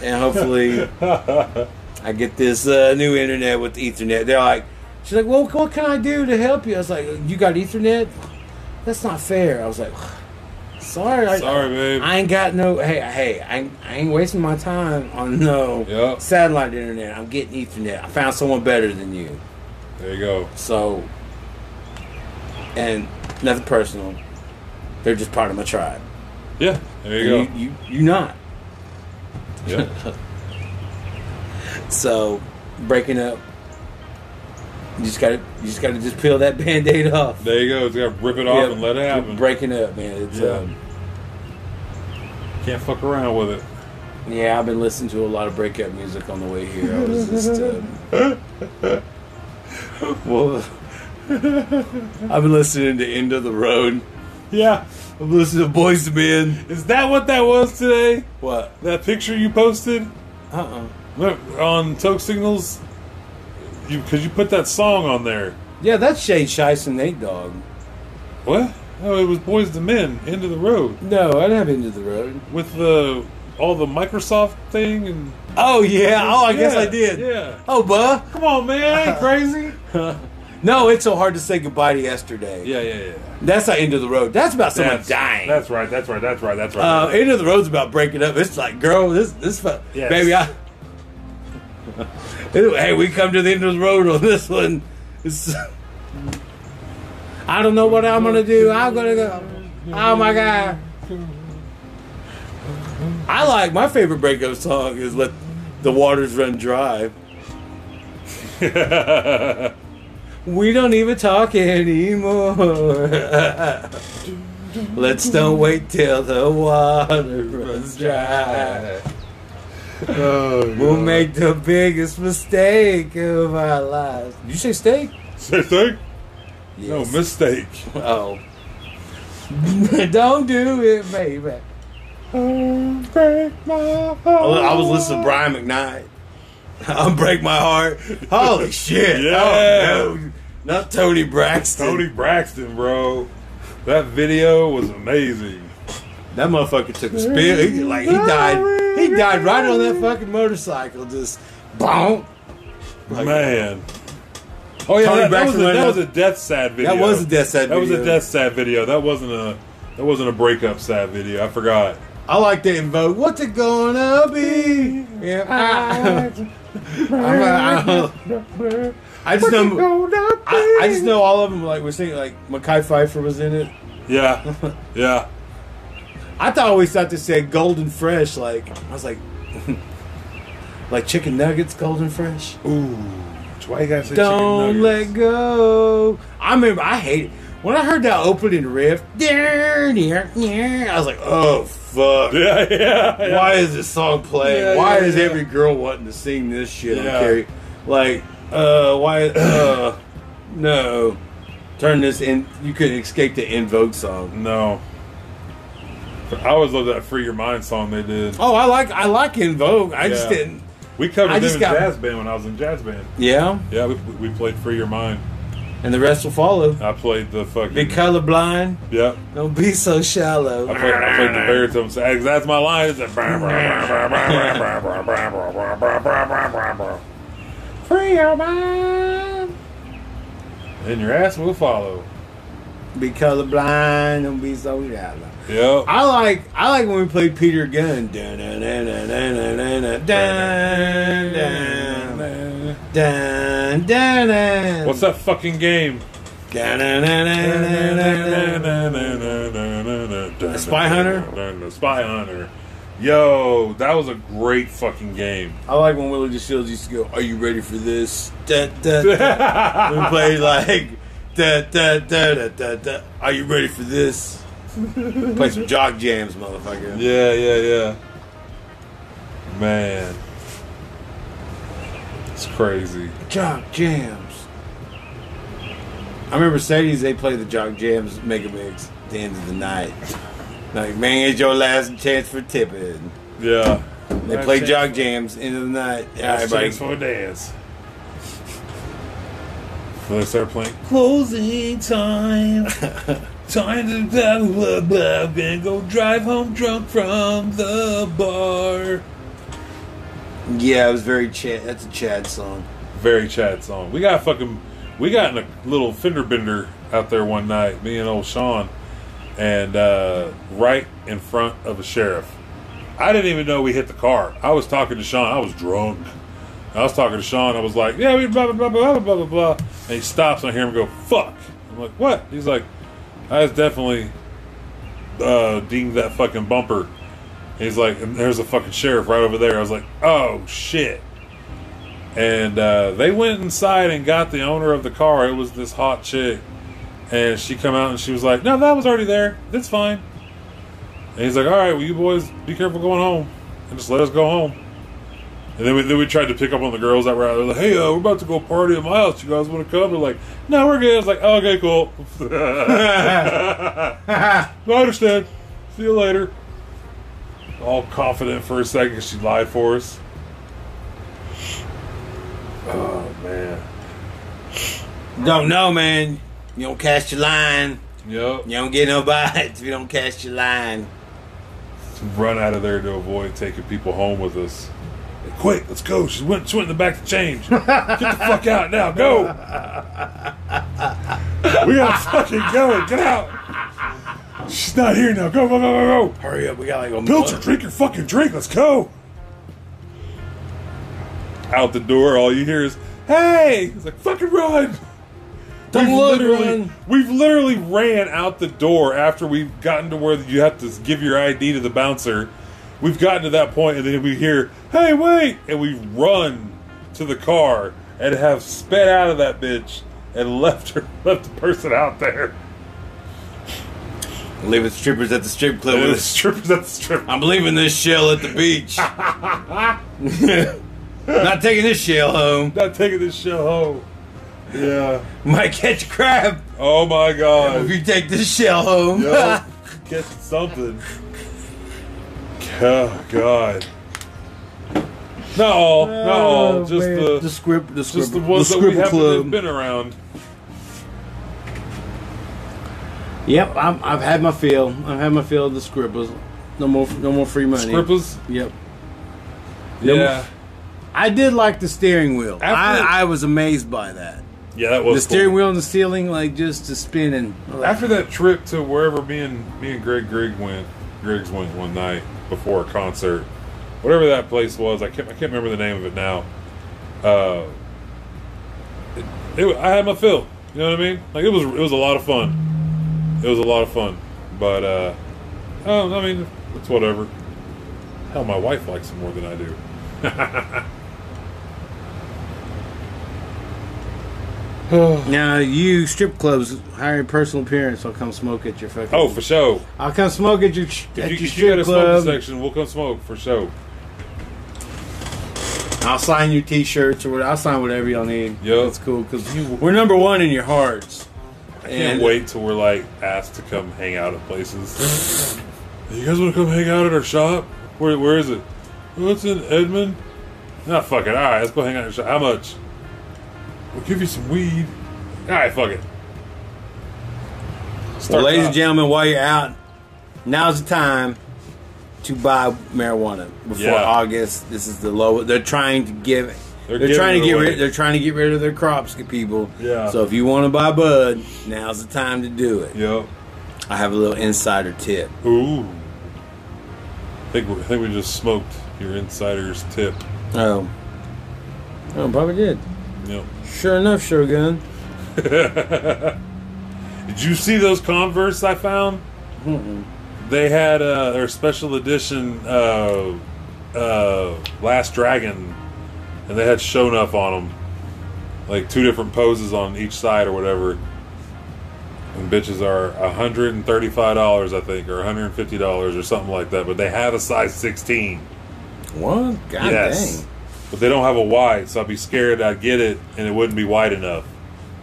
And [laughs] hopefully, I get this uh, new internet with Ethernet. They're like, she's like, well, what can I do to help you? I was like, you got Ethernet? That's not fair. I was like, [sighs] sorry. I- Sorry, babe. I ain't got no. Hey, hey, I ain't, I ain't wasting my time on no Yep. satellite internet. I'm getting Ethernet. I found someone better than you. there you go. So, and nothing personal. They're just part of my tribe. Yeah, there you And go. you, you, you not. [laughs] yeah. So, breaking up. You just gotta, you just gotta just peel that [laughs] band-aid off. There you go. It's got to rip it off Yeah, and let it happen. Breaking up, man. It's, Yeah. um, Can't fuck around with it. Yeah, I've been listening to a lot of breakup music on the way here. I was just. um, Uh, [laughs] well, I've been listening to End of the Road. Yeah. I've been listening to Boys to Men. Is that what that was today? What? That picture you posted Uh uh Look, on Toke Signals? Because you, put that song on there. Yeah, that's Shay Shice and Nate Dogg. What? No, it was Boys to Men, End of the Road. No, I didn't have End of the Road. With the all the Microsoft thing and. Oh, yeah. Oh, I guess I Yeah, did. Yeah. Oh, buh. Come on, man. I ain't [laughs] crazy. No, it's so hard to say goodbye to yesterday. yeah, yeah, yeah. That's not End of the Road. That's about someone dying. That's right. That's right. That's right. That's right. Uh, end of the road's about breaking up. It's like, girl, this this fu- Yes. baby, I. [laughs] hey, we come to the end of the road on this one. It's, [laughs] I don't know what I'm gonna do. I'm gonna go. Oh my god. I like my favorite breakup song is "Let the Waters Run Dry." we don't even talk anymore. Let's don't wait till the water runs dry. oh, We'll make the biggest mistake of our lives. Did you say steak? Same thing? No Yes. [laughs] mistake. Oh. don't do it, baby. Break my heart. I was listening to Brian McKnight. [laughs] I'll break my heart. Holy shit. Yeah. Oh, no. Not Tony Braxton. Tony Braxton, bro. That video was amazing. That motherfucker took a spill. He, like he died. He died right on that fucking motorcycle. Just bonk. Like- Man. Oh yeah, Tony that, that was a, Braxton that went was up- a death sad video. was a death sad That was a video. death sad video. That wasn't a that wasn't a breakup sad video. I forgot. I like to invoke. What's it gonna be? Yeah, I, [laughs] I'm a- [laughs] I just know. I, I just know all of them. Like we're singing. Like Mackay Pfeiffer was in it. [laughs] Yeah. Yeah. I thought I always thought they said golden fresh. Like I was like, [laughs] like chicken nuggets, golden fresh. Ooh. Why you gotta say Don't chicken let nuggets? go. I remember. I hate it. when I heard that opening riff. [laughs] There, near, near. I was like, oh fuck. Yeah, yeah, [laughs] yeah. Why is this song playing? Yeah, why yeah, is yeah. every girl wanting to sing this shit on Yeah. Carrie? Like, uh, why? Uh, no. Turn this in. You could escape the invoke song. No. I always love that "Free Your Mind" song they did. Oh, I like I like invoke. I just Yeah. didn't. We covered I them just in got- jazz band when I was in jazz band. Yeah. Yeah, we, we played "Free Your Mind." and the rest will follow. I played the fucking. Be colorblind. Yep. Don't be so I shallow. played, I played the baritone sax. That's my line. It's a free your mind, and your ass will follow. Be colorblind. Don't be so shallow. Yep. I like I like when we play Peter Gunn. Dun, dun, dun, dun, dun, dun, dun, dun, dun, dun, dun, dun, dun. What's that fucking game? Dun, dun, dun, dun, dun, dun, dun. Spy Hunter? Spy Hunter. Yo, that was a great fucking game. [laughs] I like when Willie DeShields used to go, "Are you ready for this?" Dun, dun, dun. [laughs] we play like, da, da, da, da, da, da. "Are you ready for this?" play some jog jams, motherfucker. Yeah, yeah, yeah. Man. It's crazy. Jog jams. I remember Sadie's, they play the jog jams mega mix at the end of the night. [laughs] Like, man, it's your last chance for tipping. Yeah. They play jog jams, end of the night. Everybody Chance for a dance. So they start playing [laughs] closing time. time to blah, blah, blah, and go drive home drunk from the bar. Yeah, it was very Chad. That's a Chad song. very Chad song. We got fucking, we got in a little fender bender out there one night, me and old Sean, and uh, right in front of a sheriff. I didn't even know we hit the car. I was talking to Sean. I was drunk. I was talking to Sean. I was like, yeah, we blah, blah, blah, blah, blah, blah, blah. And he stops and I hear him go, fuck. I'm like, what? He's like, I was definitely uh, dinged that fucking bumper. He's like, and there's a fucking sheriff right over there. I was like, oh shit. And uh, they went inside and got the owner of the car. It was this hot chick, and she come out and she was like, "No, that was already there. That's fine." And he's like, "All right, well, you boys be careful going home, and just let us go home." And then we then we tried to pick up on the girls that were out. They're like, "Hey, uh, we're about to go party at my house. You guys want to come?" They're like, "No, we're good." I was like, "Okay, cool. [laughs] I understand. See you later." All confident for a second, 'cause she lied for us. Oh man. Don't know, man. You don't cast your line. Yep. You don't get no bites [laughs] if you don't cast your line. Run out of there to avoid taking people home with us. Hey, quick, let's go. She went, she went in the back to change. Get the fuck out now. Go. we gotta fucking go. Get out. She's not here now. Go, go, go, go, go. Hurry up, we got like a Pilcher, drink your fucking drink. Let's go. Out the door, all you hear is, hey. He's like, fucking run. Don't we've look, literally, run. We've literally ran out the door after we've gotten to where you have to give your ID to the bouncer. We've gotten to that point, and then we hear, "Hey, wait!" and we run to the car and have sped out of that bitch and left her, [laughs] left the person out there. I'm leaving strippers at the strip club And with the us. strippers at the strip. [laughs] I'm leaving this shell at the beach. [laughs] Not taking this shell home. Not taking this shit home. Yeah. Might catch a crab Oh my if [laughs] god. you take this shell home. Yo, [laughs] catch something. Oh god. Not all. Not Oh, all. Just the. script, the Just the ones that we haven't been around. Yep, I'm, I've had my feel. I've had my feel of the scribbles. No more, no more free money. Scrippers? Yep. Yeah. I did like the steering wheel. After- I, I was amazed by that. Yeah, that The was steering cool. wheel and the ceiling, like just the spinning. After that trip to wherever me and me and Greg Grigg went, Griggs went one night before a concert, whatever that place was. I can't I can't remember the name of it now. Uh, it, it, I had my fill. You know what I mean? Like it was it was a lot of fun. It was a lot of fun, but uh, oh, I mean it's whatever. Hell, my wife likes it more than I do. Now you strip clubs hiring personal appearance. I'll come smoke at your fucking. Oh, for sure. I'll come smoke at your sh- If at you, your if strip you got a smoking club. section, we'll come smoke for sure. I'll sign your t-shirts or whatever. I'll sign whatever y'all need. Yo. that's cool because we're number one in your hearts. I Can't wait till we're like asked to come hang out at places. [gasps] you guys want to come hang out at our shop? Where Where is it? Oh, it's in Edmond. Nah, fuck it. All right, let's go hang out at your shop. How much? We'll give you some weed. All right, fuck it. Well, Start ladies it and off. gentlemen, while you're out, now's the time to buy marijuana before Yeah. August. This is the low. They're trying to give. They're They're, giving trying to it get away. rid. They're trying to get rid of their crops, get people. Yeah. So if you want to buy bud, now's the time to do it. Yep. I have a little insider tip. Ooh. I think, we- I think we just smoked your insider's tip. Oh, oh, probably did. Yep. Sure enough, Shogun. [laughs] Did you see those Converse I found? They had uh, their special edition uh, uh, Last Dragon, and they had Shonuff on them, like two different poses on each side or whatever. And bitches are hundred and thirty-five dollars, I think, or one hundred and fifty dollars, or something like that. But they have a size sixteen. What? God Ah, yes, dang. but they don't have a wide, so I'd be scared I'd get it and it wouldn't be wide enough.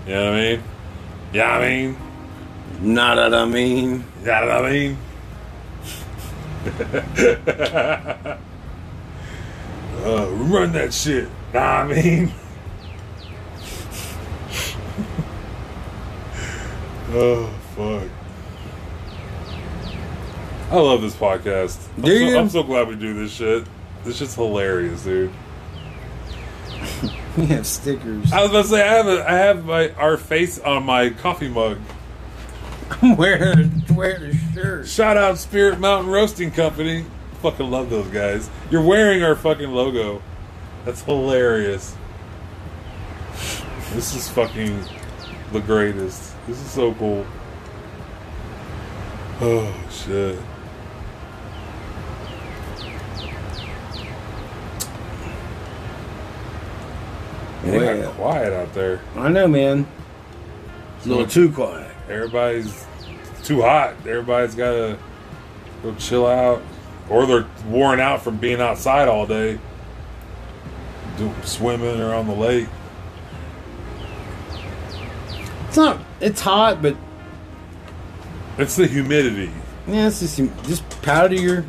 You know what I mean? Yeah, I mean. Not that I [laughs] mean. You know what I mean? [laughs] uh, run that shit. Know what I mean? [laughs] oh, fuck. I love this podcast. I'm Do so- you? I'm so glad we do this shit. This shit's hilarious, dude. We have stickers. I was about to say I have a, I have my our face on my coffee mug. I'm wearing wearing a shirt. Shout out Spirit Mountain Roasting Company. Fucking love those guys. You're wearing our fucking logo. That's hilarious. This is fucking the greatest. This is so cool. Oh shit. Man, It Well. got quiet out there. I know, man. It's a little too quiet. Everybody's too hot. Everybody's got to go chill out, or they're worn out from being outside all day, do, swimming or on the lake. It's not. It's hot, but It's the humidity, yeah, it's just just powder your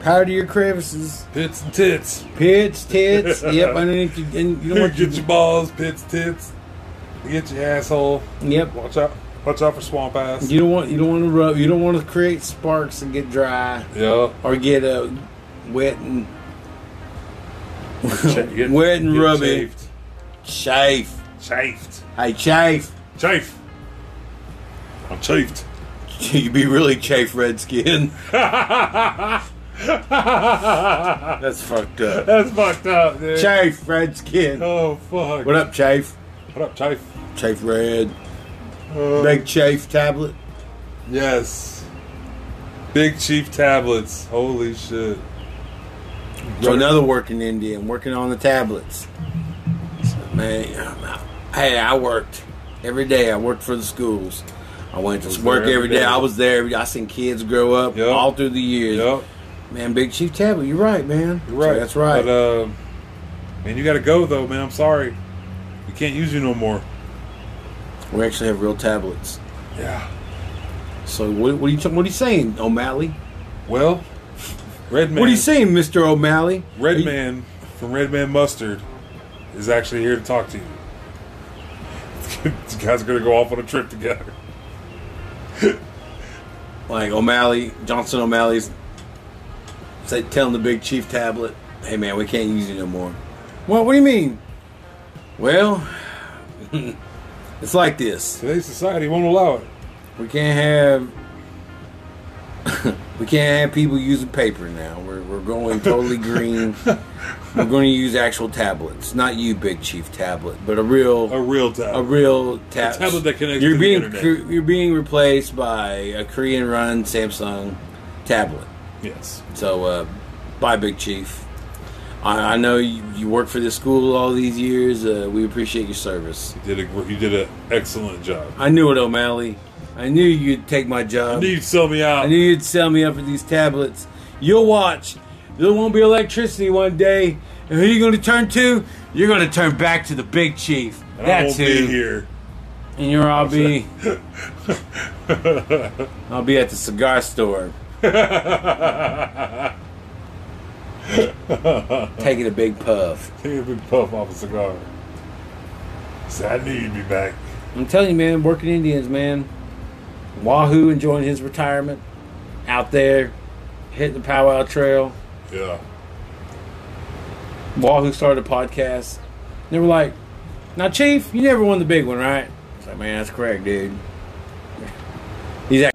powder your crevices, pits and tits. pits, [laughs] tits. yep, underneath you. And you don't want Get your your, balls, pits, tits. Get your asshole. yep. Watch out! Watch out for swamp ass. You don't want you don't want to rub. You don't want to create sparks and get dry [laughs] Yeah. or get uh, wet and Get- get- Wet and get rubby. Chafed. chafe. Chafed. Hey, chafe. [laughs] Chafe. I'm chafed. You be really chafe, [laughs] redskin. That's fucked up. That's fucked up, dude. Chafe, redskin. Oh fuck. What up, chafe? What up, Chief? Chafe red. Big chafe tablet. Yes. Big Chief tablets. Holy shit. So another working Indian working on the tablets. Man, I'm out. hey, I worked every day. I worked for the schools. I went Was to work there every day. I was there. every day. I seen kids grow up Yup. all through the years. Yep. Man, Big Chief Tablet, you're right, man. You're right. So that's right. But, uh, man, you gotta go though, man. I'm sorry. We can't use you no more. uh, we actually have real tablets. Yeah. So what, what are you ta- what are you saying, O'Malley? Well, Red Man. What are you saying, Mister O'Malley? Are Red you- Man from Red Man Mustard is actually here to talk to you. [laughs] These guys are gonna go off on a trip together. like O'Malley, Johnson O'Malley's say telling the big chief tablet, "Hey man, we can't use you no more." Well, what do you mean? Well, [laughs] it's like this. Today's society won't allow it. We can't have we can't have [laughs] people using paper now. We're we're going totally green. we're going to use actual tablets, not you, Big Chief tablet, but a real A real time. a real tab- A tablet that connects You're to the being internet. cre- you're being replaced by a Korean-run Samsung tablet. yes. So, uh, bye, Big Chief. I, I know you, you work for this school all these years. Uh, we appreciate your service. You did a you did an excellent job. I knew it, O'Malley. I knew you'd take my job. I knew you'd sell me out. I knew you'd sell me up for these tablets. You'll watch. There won't be electricity one day. And who you going to turn to? You're going to turn back to the Big Chief. And I That's won't who. be here. And you're I'll be. I'll be at the cigar store. Taking a big puff. Take a big puff off a cigar. Say, I knew you'd be back. I'm telling you, man, working Indians, man. Wahoo enjoying his retirement out there, hitting the powwow trail. Yeah. Wahoo started a podcast. They were like, "Now, Chief, you never won the big one, right?" It's like, "Man, that's correct, dude." He's at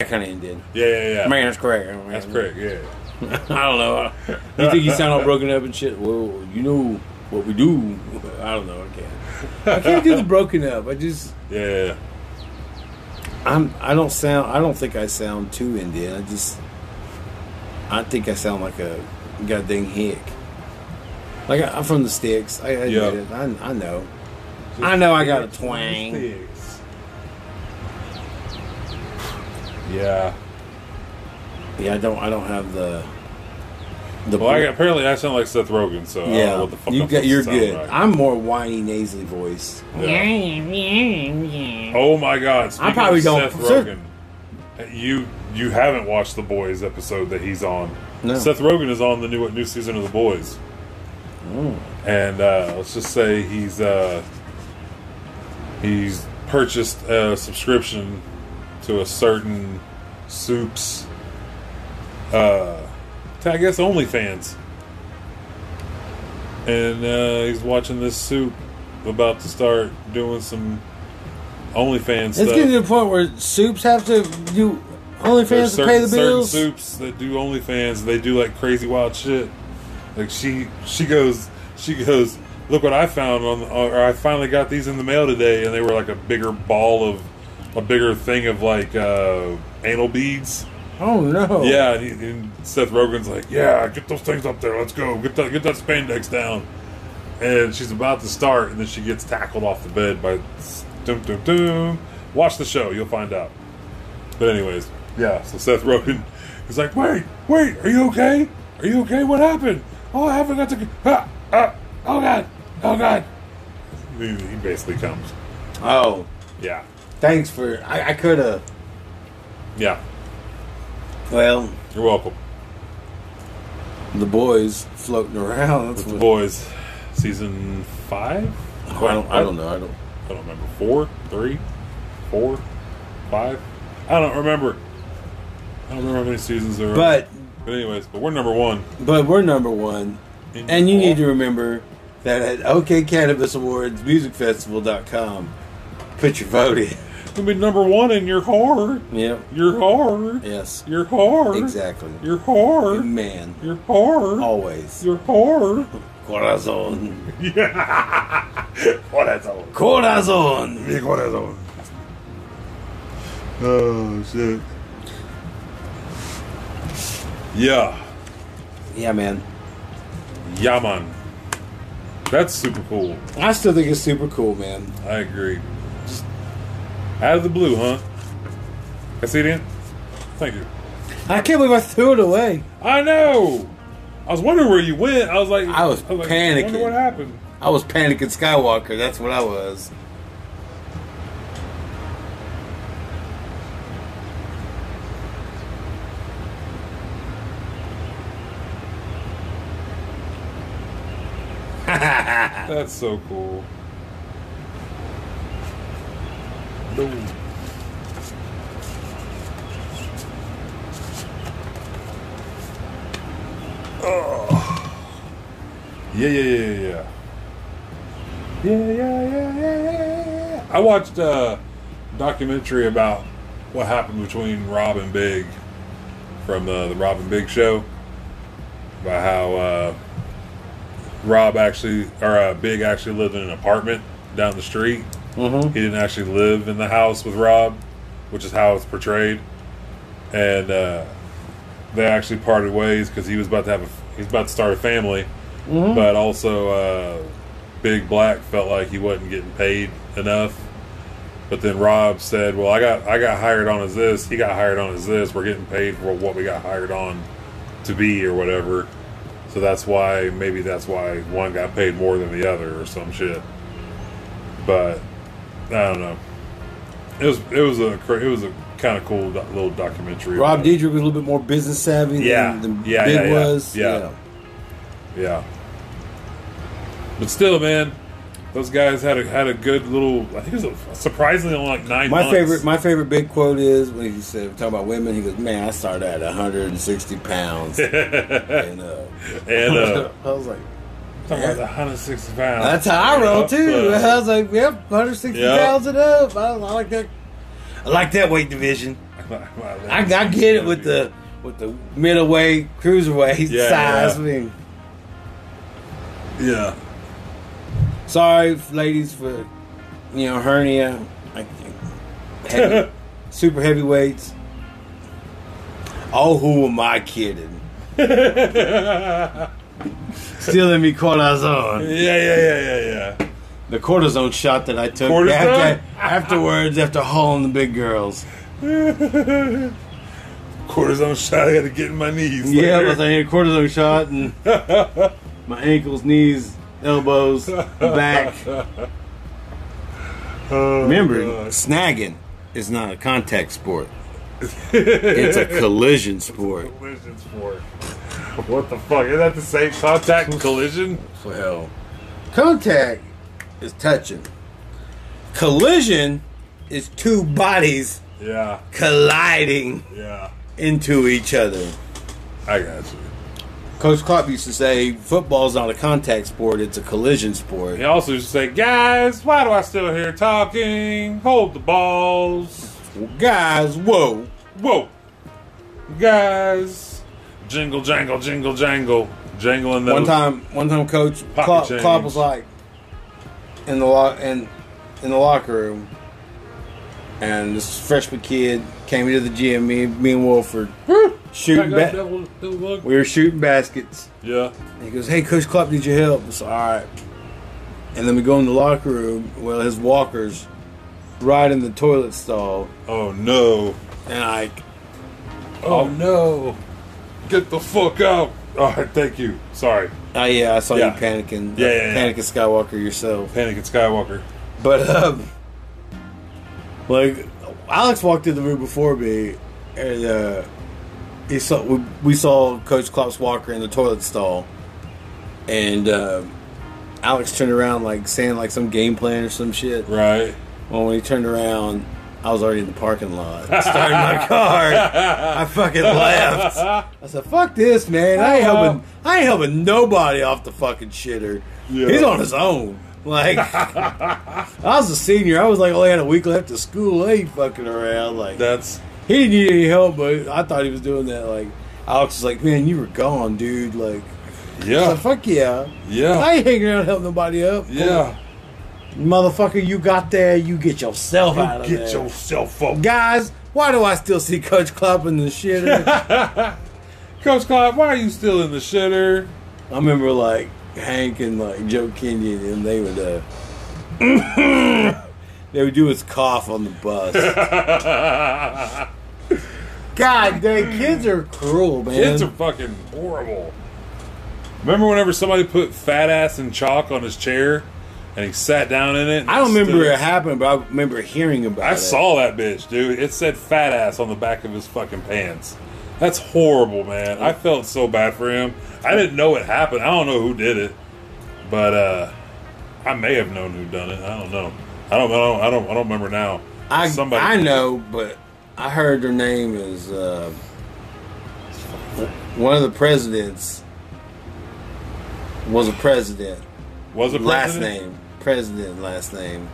kind of ended. Yeah, yeah, yeah. Man, that's correct. Man, That's correct, yeah. I don't know. You think you sound all broken up and shit? Well, you know what we do. I don't know. I can't. I can't do the broken up. I just Yeah. I'm. I don't sound. I don't think I sound too Indian. I just. I think I sound like a goddamn hick. Like I, I'm from the sticks. I, I get Yeah. it. I, I know. I know I got a twang. Sticks. Yeah. Yeah, I don't. I don't have the. The Well, I, apparently I sound like Seth Rogen, so I don't know yeah, what the fuck you I'm got. You're supposed to good. sound like. I'm more whiny, nasally voice. Yeah. Oh my God! Speaking probably of don't- Seth Sir- Rogen. uh, You you haven't watched the Boys episode that he's on. No. Seth Rogen is on the new new season of the Boys, and uh, let's just say he's uh, he's purchased a subscription to a certain Soups, uh, to, I guess OnlyFans, and uh, he's watching this Soup about to start doing some OnlyFans It's stuff. getting to the point where soups have to do There's OnlyFans to certain, pay the certain bills. soups that do OnlyFans. They do like crazy wild shit. Like she, she goes, she goes. Look what I found on, or I finally got these in the mail today, and they were like a bigger ball of, a bigger thing of like uh, anal beads. Oh no! Yeah, and, he, and Seth Rogen's like, yeah, get those things up there. Let's go. Get that, get that spandex down. And she's about to start, and then she gets tackled off the bed by. Doom, doom, doom. Watch the show. You'll find out. But anyways, yeah. So Seth Rogen [laughs] is like, wait, wait, are you okay? Are you okay? What happened? Oh, I haven't got to. Ah, ah, oh god, oh god. He, he basically comes. Oh, Yeah, thanks for. I, I could have. yeah. Well, You're welcome. the boys floating around. That's The what, boys, season five. I don't. I don't know. I don't. I don't remember. Four, three, four, five. I don't remember. I don't remember how many seasons there are. But but anyways, but we're number one. but we're number one, In and you all- need to remember that at OK Cannabis Awards Music Festival.com, put your vote in. I mean, number one in your heart. Yep. Your heart. Yes. Your heart. Exactly. Oh. Your heart. Man, Your heart. always. Your heart. Corazon. Oh, that's all. Corazon. Big corazón. Oh shit. Yeah. Yeah, man. Yaman. That's super cool. I still think it's super cool, man. I agree. Just out of the blue, huh? I see it in. Thank you. I can't believe I threw it away. I know. I was wondering where you went. I was like, I was like, panicking. Wonder what happened? I was panicking Skywalker. That's what I was. That's so cool. No. Oh. Yeah, yeah, yeah, yeah, yeah. Yeah, yeah, yeah, yeah, yeah, yeah. I watched a documentary about what happened between Rob and Big from uh, the Rob and Big show. About how uh, Rob actually, or uh, Big actually lived in an apartment down the street. Mm-hmm. He didn't actually live in the house with Rob, which is how it's portrayed. And uh, they actually parted ways because he was about to have a, he's about to start a family, mm-hmm. but also uh, Big Black felt like he wasn't getting paid enough. But then Rob said, "Well, I got I got hired on as this. He got hired on as this. We're getting paid for what we got hired on to be or whatever." So that's why maybe that's why one got paid more than the other or some shit. But I don't know. It was it was a cra- it was a kind of cool do- little documentary. Rob about it. Diedrich was a little bit more business savvy Yeah. than, than Yeah, Big yeah, yeah. was. Yeah. Yeah. But still, man, those guys had a had a good little. I think it was a, surprisingly only like nine. My months. [laughs] favorite, my favorite big quote is when he said, talking about women, he goes, "Man, I started at 160 [laughs] pounds." and, uh, and uh, [laughs] I was like, talking about the 160 pounds. "That's how I roll too." Uh, I was like, "Yep, 160 Yeah. pounds it up." I, I like that. I like that weight division. I, I get it with the with the middleweight cruiserweight Yeah, size. yeah. I mean, yeah. [laughs] sorry, ladies, for you know hernia, I, [laughs] heavy, super heavyweights. Oh, who am I kidding? Still in me Yeah, cortisone. yeah, yeah, yeah, yeah. [laughs] The cortisone shot that I took Cortisone? after, afterwards after hauling the big girls. Cortisone shot. I got to get in my knees. Yeah, later. but I had a cortisone shot [laughs] and my ankles, knees, [laughs] elbows, back. Oh, Remember, God. snagging is not a contact sport. it's [laughs] a collision sport. collision sport. What the fuck? Is that the same contact collision? Well, contact is touching. Collision is two bodies Yeah, colliding yeah. into each other. I got you. Coach Klopp used to say football's not a contact sport, it's a collision sport. He also used to say, guys, why do I still hear talking? Hold the balls. Guys, whoa. Whoa. Guys. Jingle, jangle, jingle, jangle. Jangling those. One time, one time, Coach Pocket Klopp, change. Klopp was like in the lo- in in the locker room, and this freshman kid came into the gym. Me, me and Wolford shooting. Ba- we were shooting baskets. Yeah. And he goes, "Hey, Coach Klopp, need your help?" I said, "All right." And then we go in the locker room. Well, his walker's right in the toilet stall, Oh, no. and I Oh, no. Get the fuck out. All right, thank you. Sorry. Oh yeah, I saw Yeah. you panicking. Yeah, yeah, yeah. panicking Skywalker yourself. Panic at Skywalker. But um, like Alex walked in the room before me, and uh, he saw we, we saw Coach Klopp's walker in the toilet stall, and uh, Alex turned around like saying like some game plan or some shit. Right. Well, when he turned around, I was already in the parking lot, [laughs] starting my car. I fucking left. I said, "Fuck this, man! I ain't Uh-huh. helping. I ain't helping nobody off the fucking shitter. Yeah. He's on his own." Like, I was a senior. I was like, only had a week left of school. I ain't fucking around. Like, That's. he didn't need any help, but I thought he was doing that. Like, Alex was like, "Man, you were gone, dude." Like, I said, Yeah. "Fuck yeah." Yeah. I ain't hanging around helping nobody up. Yeah. Motherfucker, you got there, you get yourself out of Get there. yourself up. Guys, why do I still see Coach Klopp in the [laughs] shitter? Coach Clyde, why are you still in the shitter? I remember like Hank and like Joe Kenyon, and they would [laughs] uh, they would do his cough on the bus. God, dang, kids are cruel, man. Kids are fucking horrible. Remember whenever somebody put fat ass and chalk on his chair and he sat down in it? and I don't remember stood- it happened, but I remember hearing about I it. saw that bitch, dude. It said fat ass on the back of his fucking pants. That's horrible, man. I felt so bad for him. I didn't know it happened. I don't know who did it. But uh I may have known who done it. I don't know. I don't I don't I don't, I don't remember now. I I know, but I heard her name is uh, one of the presidents was a president. was it Last president? name, president, last name.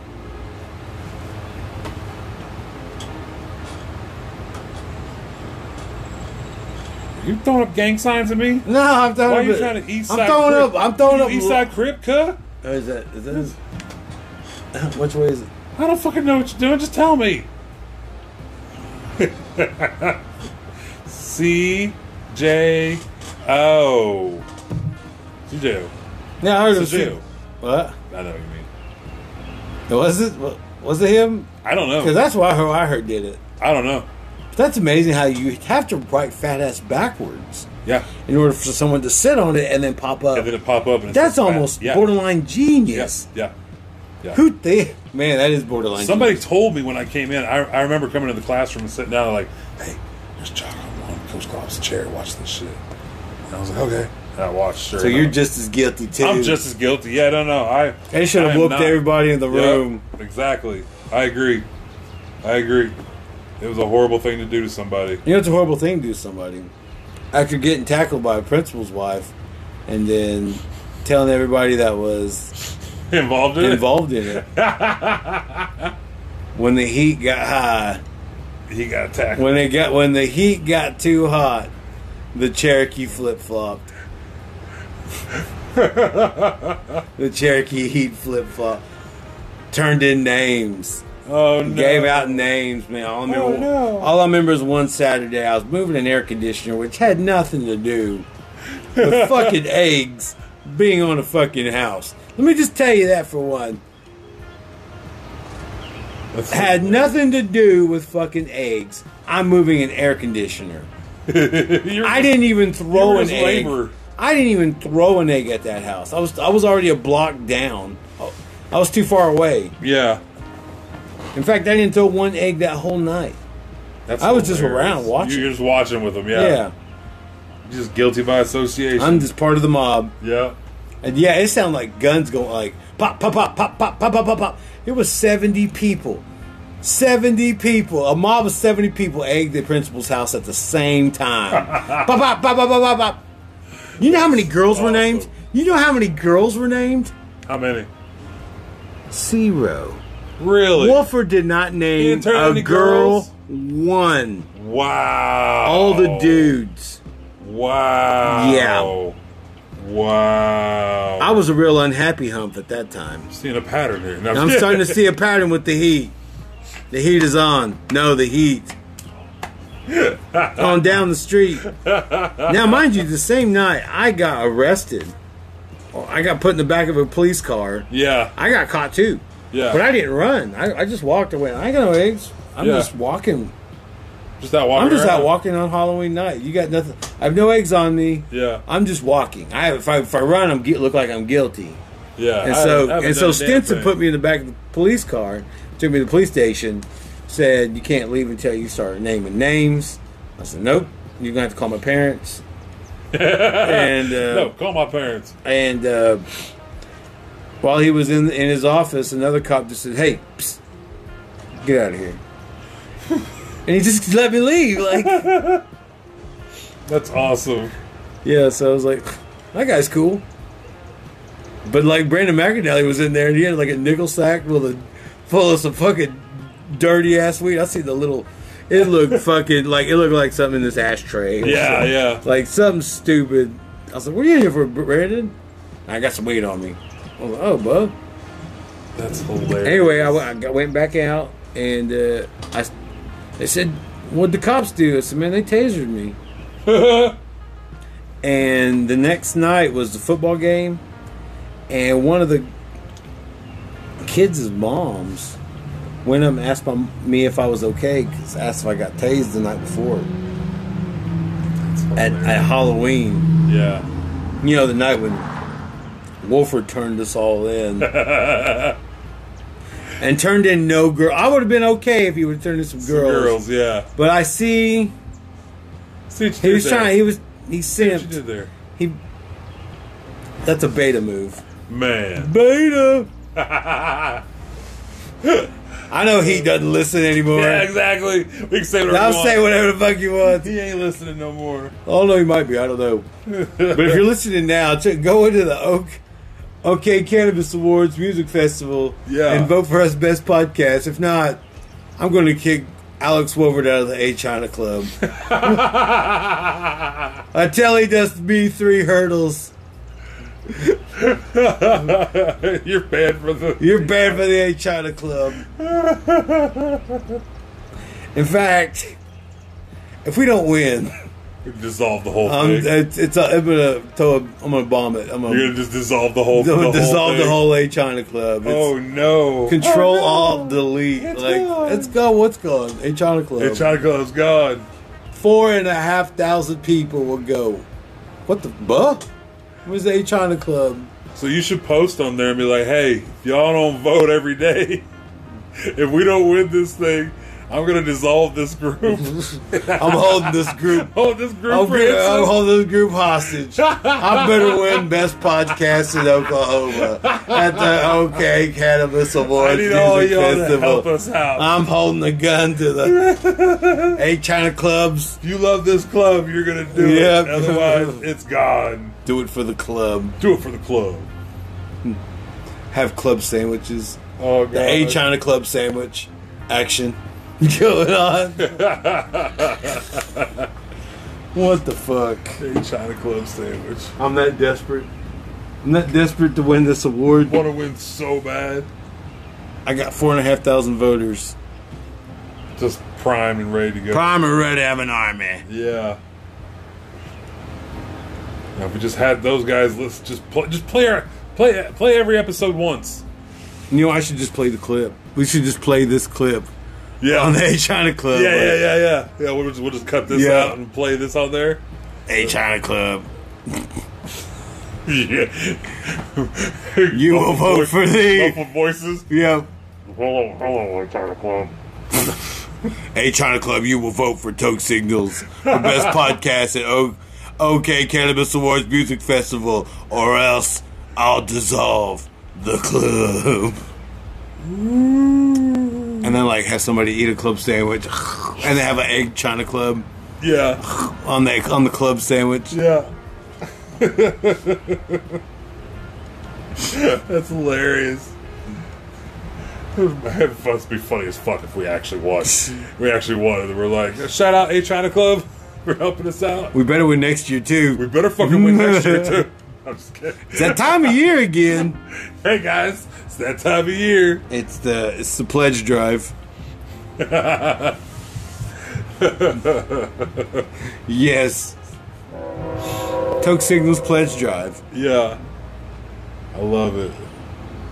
You throwing up gang signs at me? No, I'm throwing Why are up. you trying to east I'm side throwing up. crib? I'm throwing you up. East side crib, cuh? Oh, is that is that? His, [laughs] which way is it? I don't fucking know what you're doing. Just tell me. [laughs] C J O. CJO. Yeah, I heard him. CJO. shoot. What? I know what you mean. Was it? wa- Was it him? I don't Because know. that's why who I heard did it. I don't know. That's amazing how you have to write fat ass backwards Yeah. in order for someone to sit on it and then pop up. And then it pop up. And it That's says fat. almost yeah. borderline Yes. genius. Yeah. Yeah. Who they? Man, that is borderline. Somebody told me when I came in. I, I remember coming to the classroom and sitting down. Like, hey, there's chocolate on Coach Klopp's chair. Watch this shit. And I was like, okay. And I watched. Sure So you're enough. just as guilty too. I'm just as guilty. Yeah, I don't know. I They should I have am whooped not- everybody in the Yep, room. exactly. I agree. I agree. It was a horrible thing to do to somebody. [laughs] You know, it's a horrible thing to do to somebody. After getting tackled by a principal's wife, and then telling everybody that was Involved in involved in it. when the heat got high, it. He got attacked. when they got when the heat got too hot, the Cherokee flip flopped. [laughs] the Cherokee heat flip flop turned in names. oh no. Gave out names, man. All I, remember, Oh, no. all I remember is one Saturday I was moving an air conditioner, which had nothing to do [laughs] with fucking eggs being on a fucking house. Let me just tell you that for one. [laughs] That's- Had nothing to do with fucking eggs. I'm moving an air conditioner. You're- I didn't even You throw were an just egg. labor. I didn't even throw an egg at that house. I was I was already a block down. I was too far away. Yeah. In fact, I didn't throw one egg that whole night. That's I was just hilarious. around watching. You're just watching with them. Yeah. Yeah, You're Just guilty by association. I'm just part of the mob. yeah. And yeah, it sounded like guns going like pop, pop, pop, pop, pop, pop, pop, pop, pop. It was 70 people. 70 people. A mob of 70 people egged the principal's house at the same [laughs] time. pop, pop, pop, pop, pop, pop, pop. You know how many girls were named? Awesome. You know how many girls were named? How many? Zero. Really? Wolford did not name didn't turn a any girl girls? Oh. one. Wow. All the dudes. Wow. Yeah. Wow. I was a real unhappy hump at that time. seeing a pattern here. Now I'm starting to see a pattern with the heat. The heat is on. No, the heat. on down the street. Now, mind you, the same night I got arrested, or I got put in the back of a police car. [laughs] Yeah. I got caught too. Yeah. But I didn't run. I, I just walked away. I ain't got no eggs. I'm Yeah. just walking. Just out walking. I'm just around. out walking on Halloween night. You got nothing. I have no eggs on me. Yeah. I'm just walking. I if I, if I run, I'm get, look like I'm guilty. Yeah. And I- so I haven't and done so a damn Stinson thing. put me in the back of the police car, took me to the police station, said you can't leave until you start naming names. I said nope, you're gonna have to call my parents. and uh, [laughs] No, call my parents. and uh, while he was in in his office, another cop just said, "Hey, psst, get out of here," and he just let me leave. Like That's awesome. yeah, so I was like, that guy's cool. But like Brandon McAnally was in there, and he had like a nickel sack with a full of some fucking dirty ass weed. I see the little. It [laughs] looked fucking like it looked like something in this ashtray. or Yeah, something. yeah. Like something stupid. I was like, "What are you in here for, Brandon?" I got some weed on me. I was like, "Oh, bub." That's hilarious. Anyway, I, went- I got- went back out and uh, I, s- they said, "What'd the cops do?" I said, "Man, they tasered me." and the next night was the football game, and one of the kids' moms went up and asked my, me if I was okay, 'cause asked if I got tased the night before That's at, hilarious. at Halloween. [laughs] yeah. You know, the night when Wolford turned us all [laughs] in. and turned in no girl. I would have been okay if he would have turned in some Girls. girls. yeah. But I see See what he you did was there. trying. He was he See what you simped. did there. He. That's a beta move. Man. Beta. [laughs] I know he doesn't listen anymore. Yeah, exactly. We can say whatever I'll we want. say whatever the fuck you want. [laughs] He ain't listening [laughs] no more. [laughs] Oh no, he might be. I don't know. But if you're listening now, ch- go into the Oak OK Cannabis Awards Music Festival Yeah. and vote for us best podcast. If not, I'm going to kick Alex Wolford out of the A China [laughs] Club until he does me three hurdles. You're bad for the. You're banned from the A China [laughs] Club. In fact, if we don't win, Dissolve the whole I'm, thing. it's, it's, I'm gonna throw. A, I'm gonna bomb it. I'm gonna, You're gonna just dissolve the whole. I'm the gonna dissolve whole the thing. whole A China Club. It's- Oh no! Control oh, no. Alt Delete. It's like gone. it's gone. What's gone? A China Club. Hey, China Club's gone. Four and a half thousand people will go. What the buh? Where's the A China Club? So you should post on there and be like, "Hey, if y'all don't vote every day, [laughs] if we don't win this thing, I'm gonna dissolve this group. I'm holding this group. Hold this group I'm, for gonna- I'm instance. holding this group hostage. I better win best podcast in Oklahoma at the OK Cannabis Awards I need all Music y'all to Festival. Uh, help us out. I'm holding a gun to the [laughs] eight China clubs. if you love this club, you're gonna do Yep. it. Otherwise, it's gone. Do it for the club. Do it for the club. Have club sandwiches. Oh god. The A China Club sandwich action [laughs] going [laughs] on. what the fuck? A China Club sandwich. I'm that desperate. I'm that desperate to win this award. Want to win so bad. I got four and a half thousand voters. Just primed and ready to go. Primer Red have an army. Yeah. Now, if we just had those guys, let's just play, just play our play play every episode once. You know, I should just play the clip. We should just play this clip Yeah, on [laughs] the A China Club. [laughs] yeah, yeah, yeah, yeah. Yeah, we'll just, we'll just cut this Yeah. out and play this on there. [laughs] A China Club. [laughs] Yeah. You will vote [laughs] for thee. Muffled voices. Yeah. Hello, hello, I tried to club. Hey China Club, you will vote for Toke Signals for [laughs] best podcast at o- OK Cannabis Awards Music Festival, or else I'll dissolve the club. And then like have somebody eat a club sandwich, and they have an egg China Club Yeah, on the on the club sandwich. yeah. [laughs] That's hilarious. It must be funny as fuck if we actually won. we actually won, and we're like, shout out A China Club [laughs] for helping us out. We better win next year We too. better fucking win next year [laughs] too. I'm just kidding. It's that time of year again. Hey guys, it's that time of year. It's the it's the pledge [laughs] drive. yes. Toke Signals pledge drive. Yeah, I love it.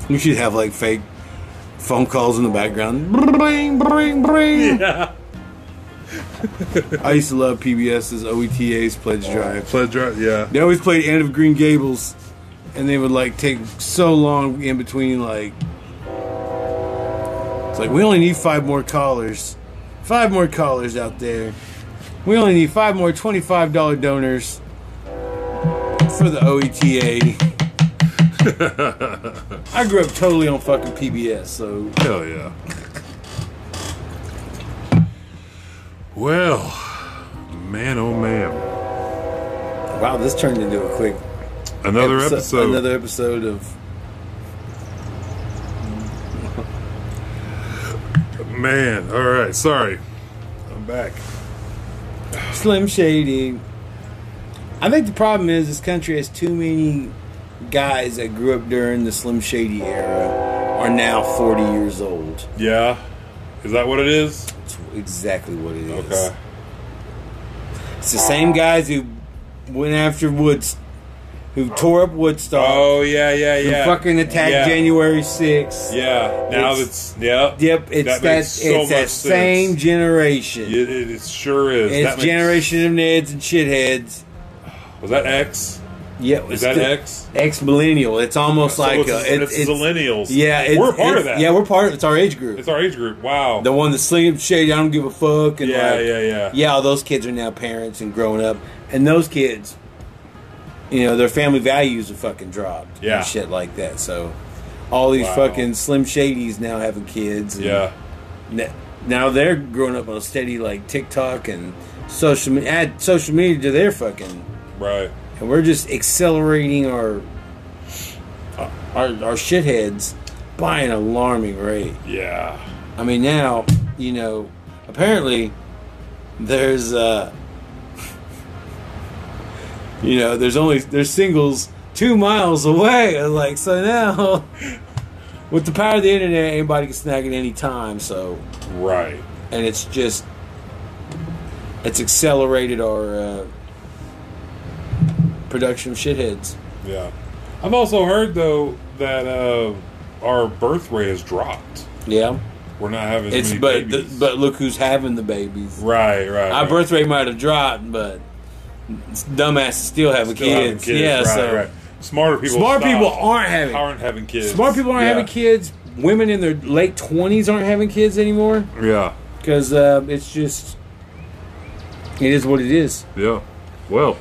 We should have like fake phone calls in the background. Bring, bring, bring. Yeah. I used to love PBS's OETA's E pledge drive. Pledge drive. Yeah. They always played End of Green Gables, and they would like take so long in between. Like, it's like we only need five more callers, five more callers out there. We only need five more twenty-five dollar donors for the E [laughs] OETA. I grew up totally on fucking PBS, so Hell yeah. Well, man, oh man, wow, this turned into a quick another episode. another episode of Man, all right. Sorry, I'm back. Slim Shady. I think the problem is this country has too many guys that grew up during the Slim Shady era are now 40 years old. Yeah, is that what it is? It's exactly what it is. Okay. It's the same guys who went after Woods, who tore up Woodstock, Oh yeah, yeah, who yeah. fucking attacked yeah. January 6th. Yeah. Now It's- it's, yeah. Yep, it's that, makes so it's much that same sense. generation. It, it, it sure is. It's That makes- generation of Neds and shitheads. Was that X? Yeah, Is it's that the- X? Ex millennial. It's almost So like it's, a, it- it's, millennials. Yeah, it's, we're part of it's- that. Yeah, we're part of it's our age group. it's our age group. Wow. the one that's slim shady. I don't give a fuck. And yeah, like, yeah, yeah, yeah, all those kids are now parents and growing up, and those kids, you know, their family values are fucking dropped. Yeah. and shit like that. So, all these Wow. fucking slim shadies now having kids. and Yeah. n- now they're growing up on a steady like TikTok and social media. Add social media to their fucking Right. and we're just accelerating our our, our shitheads by an alarming rate. Yeah. I mean, now you know. Apparently, there's uh, [laughs] you know, there's only there's singles two miles away. [laughs] I'm Like so now, [laughs] with the power of the internet, anybody can snag it any time. So, Right. and it's just it's accelerated our uh, production of shitheads. Yeah. I've also heard though that uh, our birth rate has dropped. Yeah, We're not having as it's many but th babies. but look who's having the babies. right, right. Our right. birth rate might have dropped, but dumbasses still having Still having kids. Yeah, right, so right. Smarter people. Smart stop- people aren't having aren't having kids. smart people aren't Yeah. having kids. Women in their late twenties aren't having kids anymore Yeah, because uh, it's just it is what it is. yeah. Well,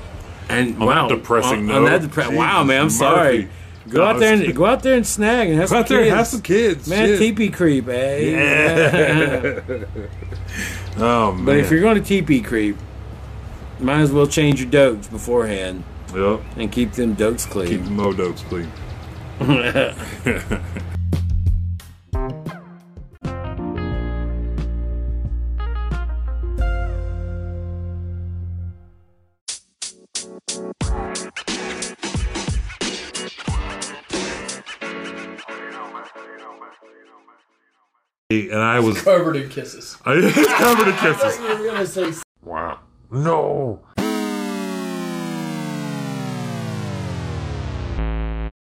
And On wow, that depressing on- on that note, depre- Jesus wow, man, I'm Murphy. sorry. Go No, out there it's- and go out there and snag and have go some out there and have kids. some kids. Man, Shit. teepee creep, eh? [laughs] Yeah. oh man. But if you're going to teepee creep, might as well change your dopes beforehand yep. and keep them dopes clean. Keep the modokes clean. [laughs] And I was [laughs] Covered in kisses. I covered in kisses. I was gonna say Wow. No.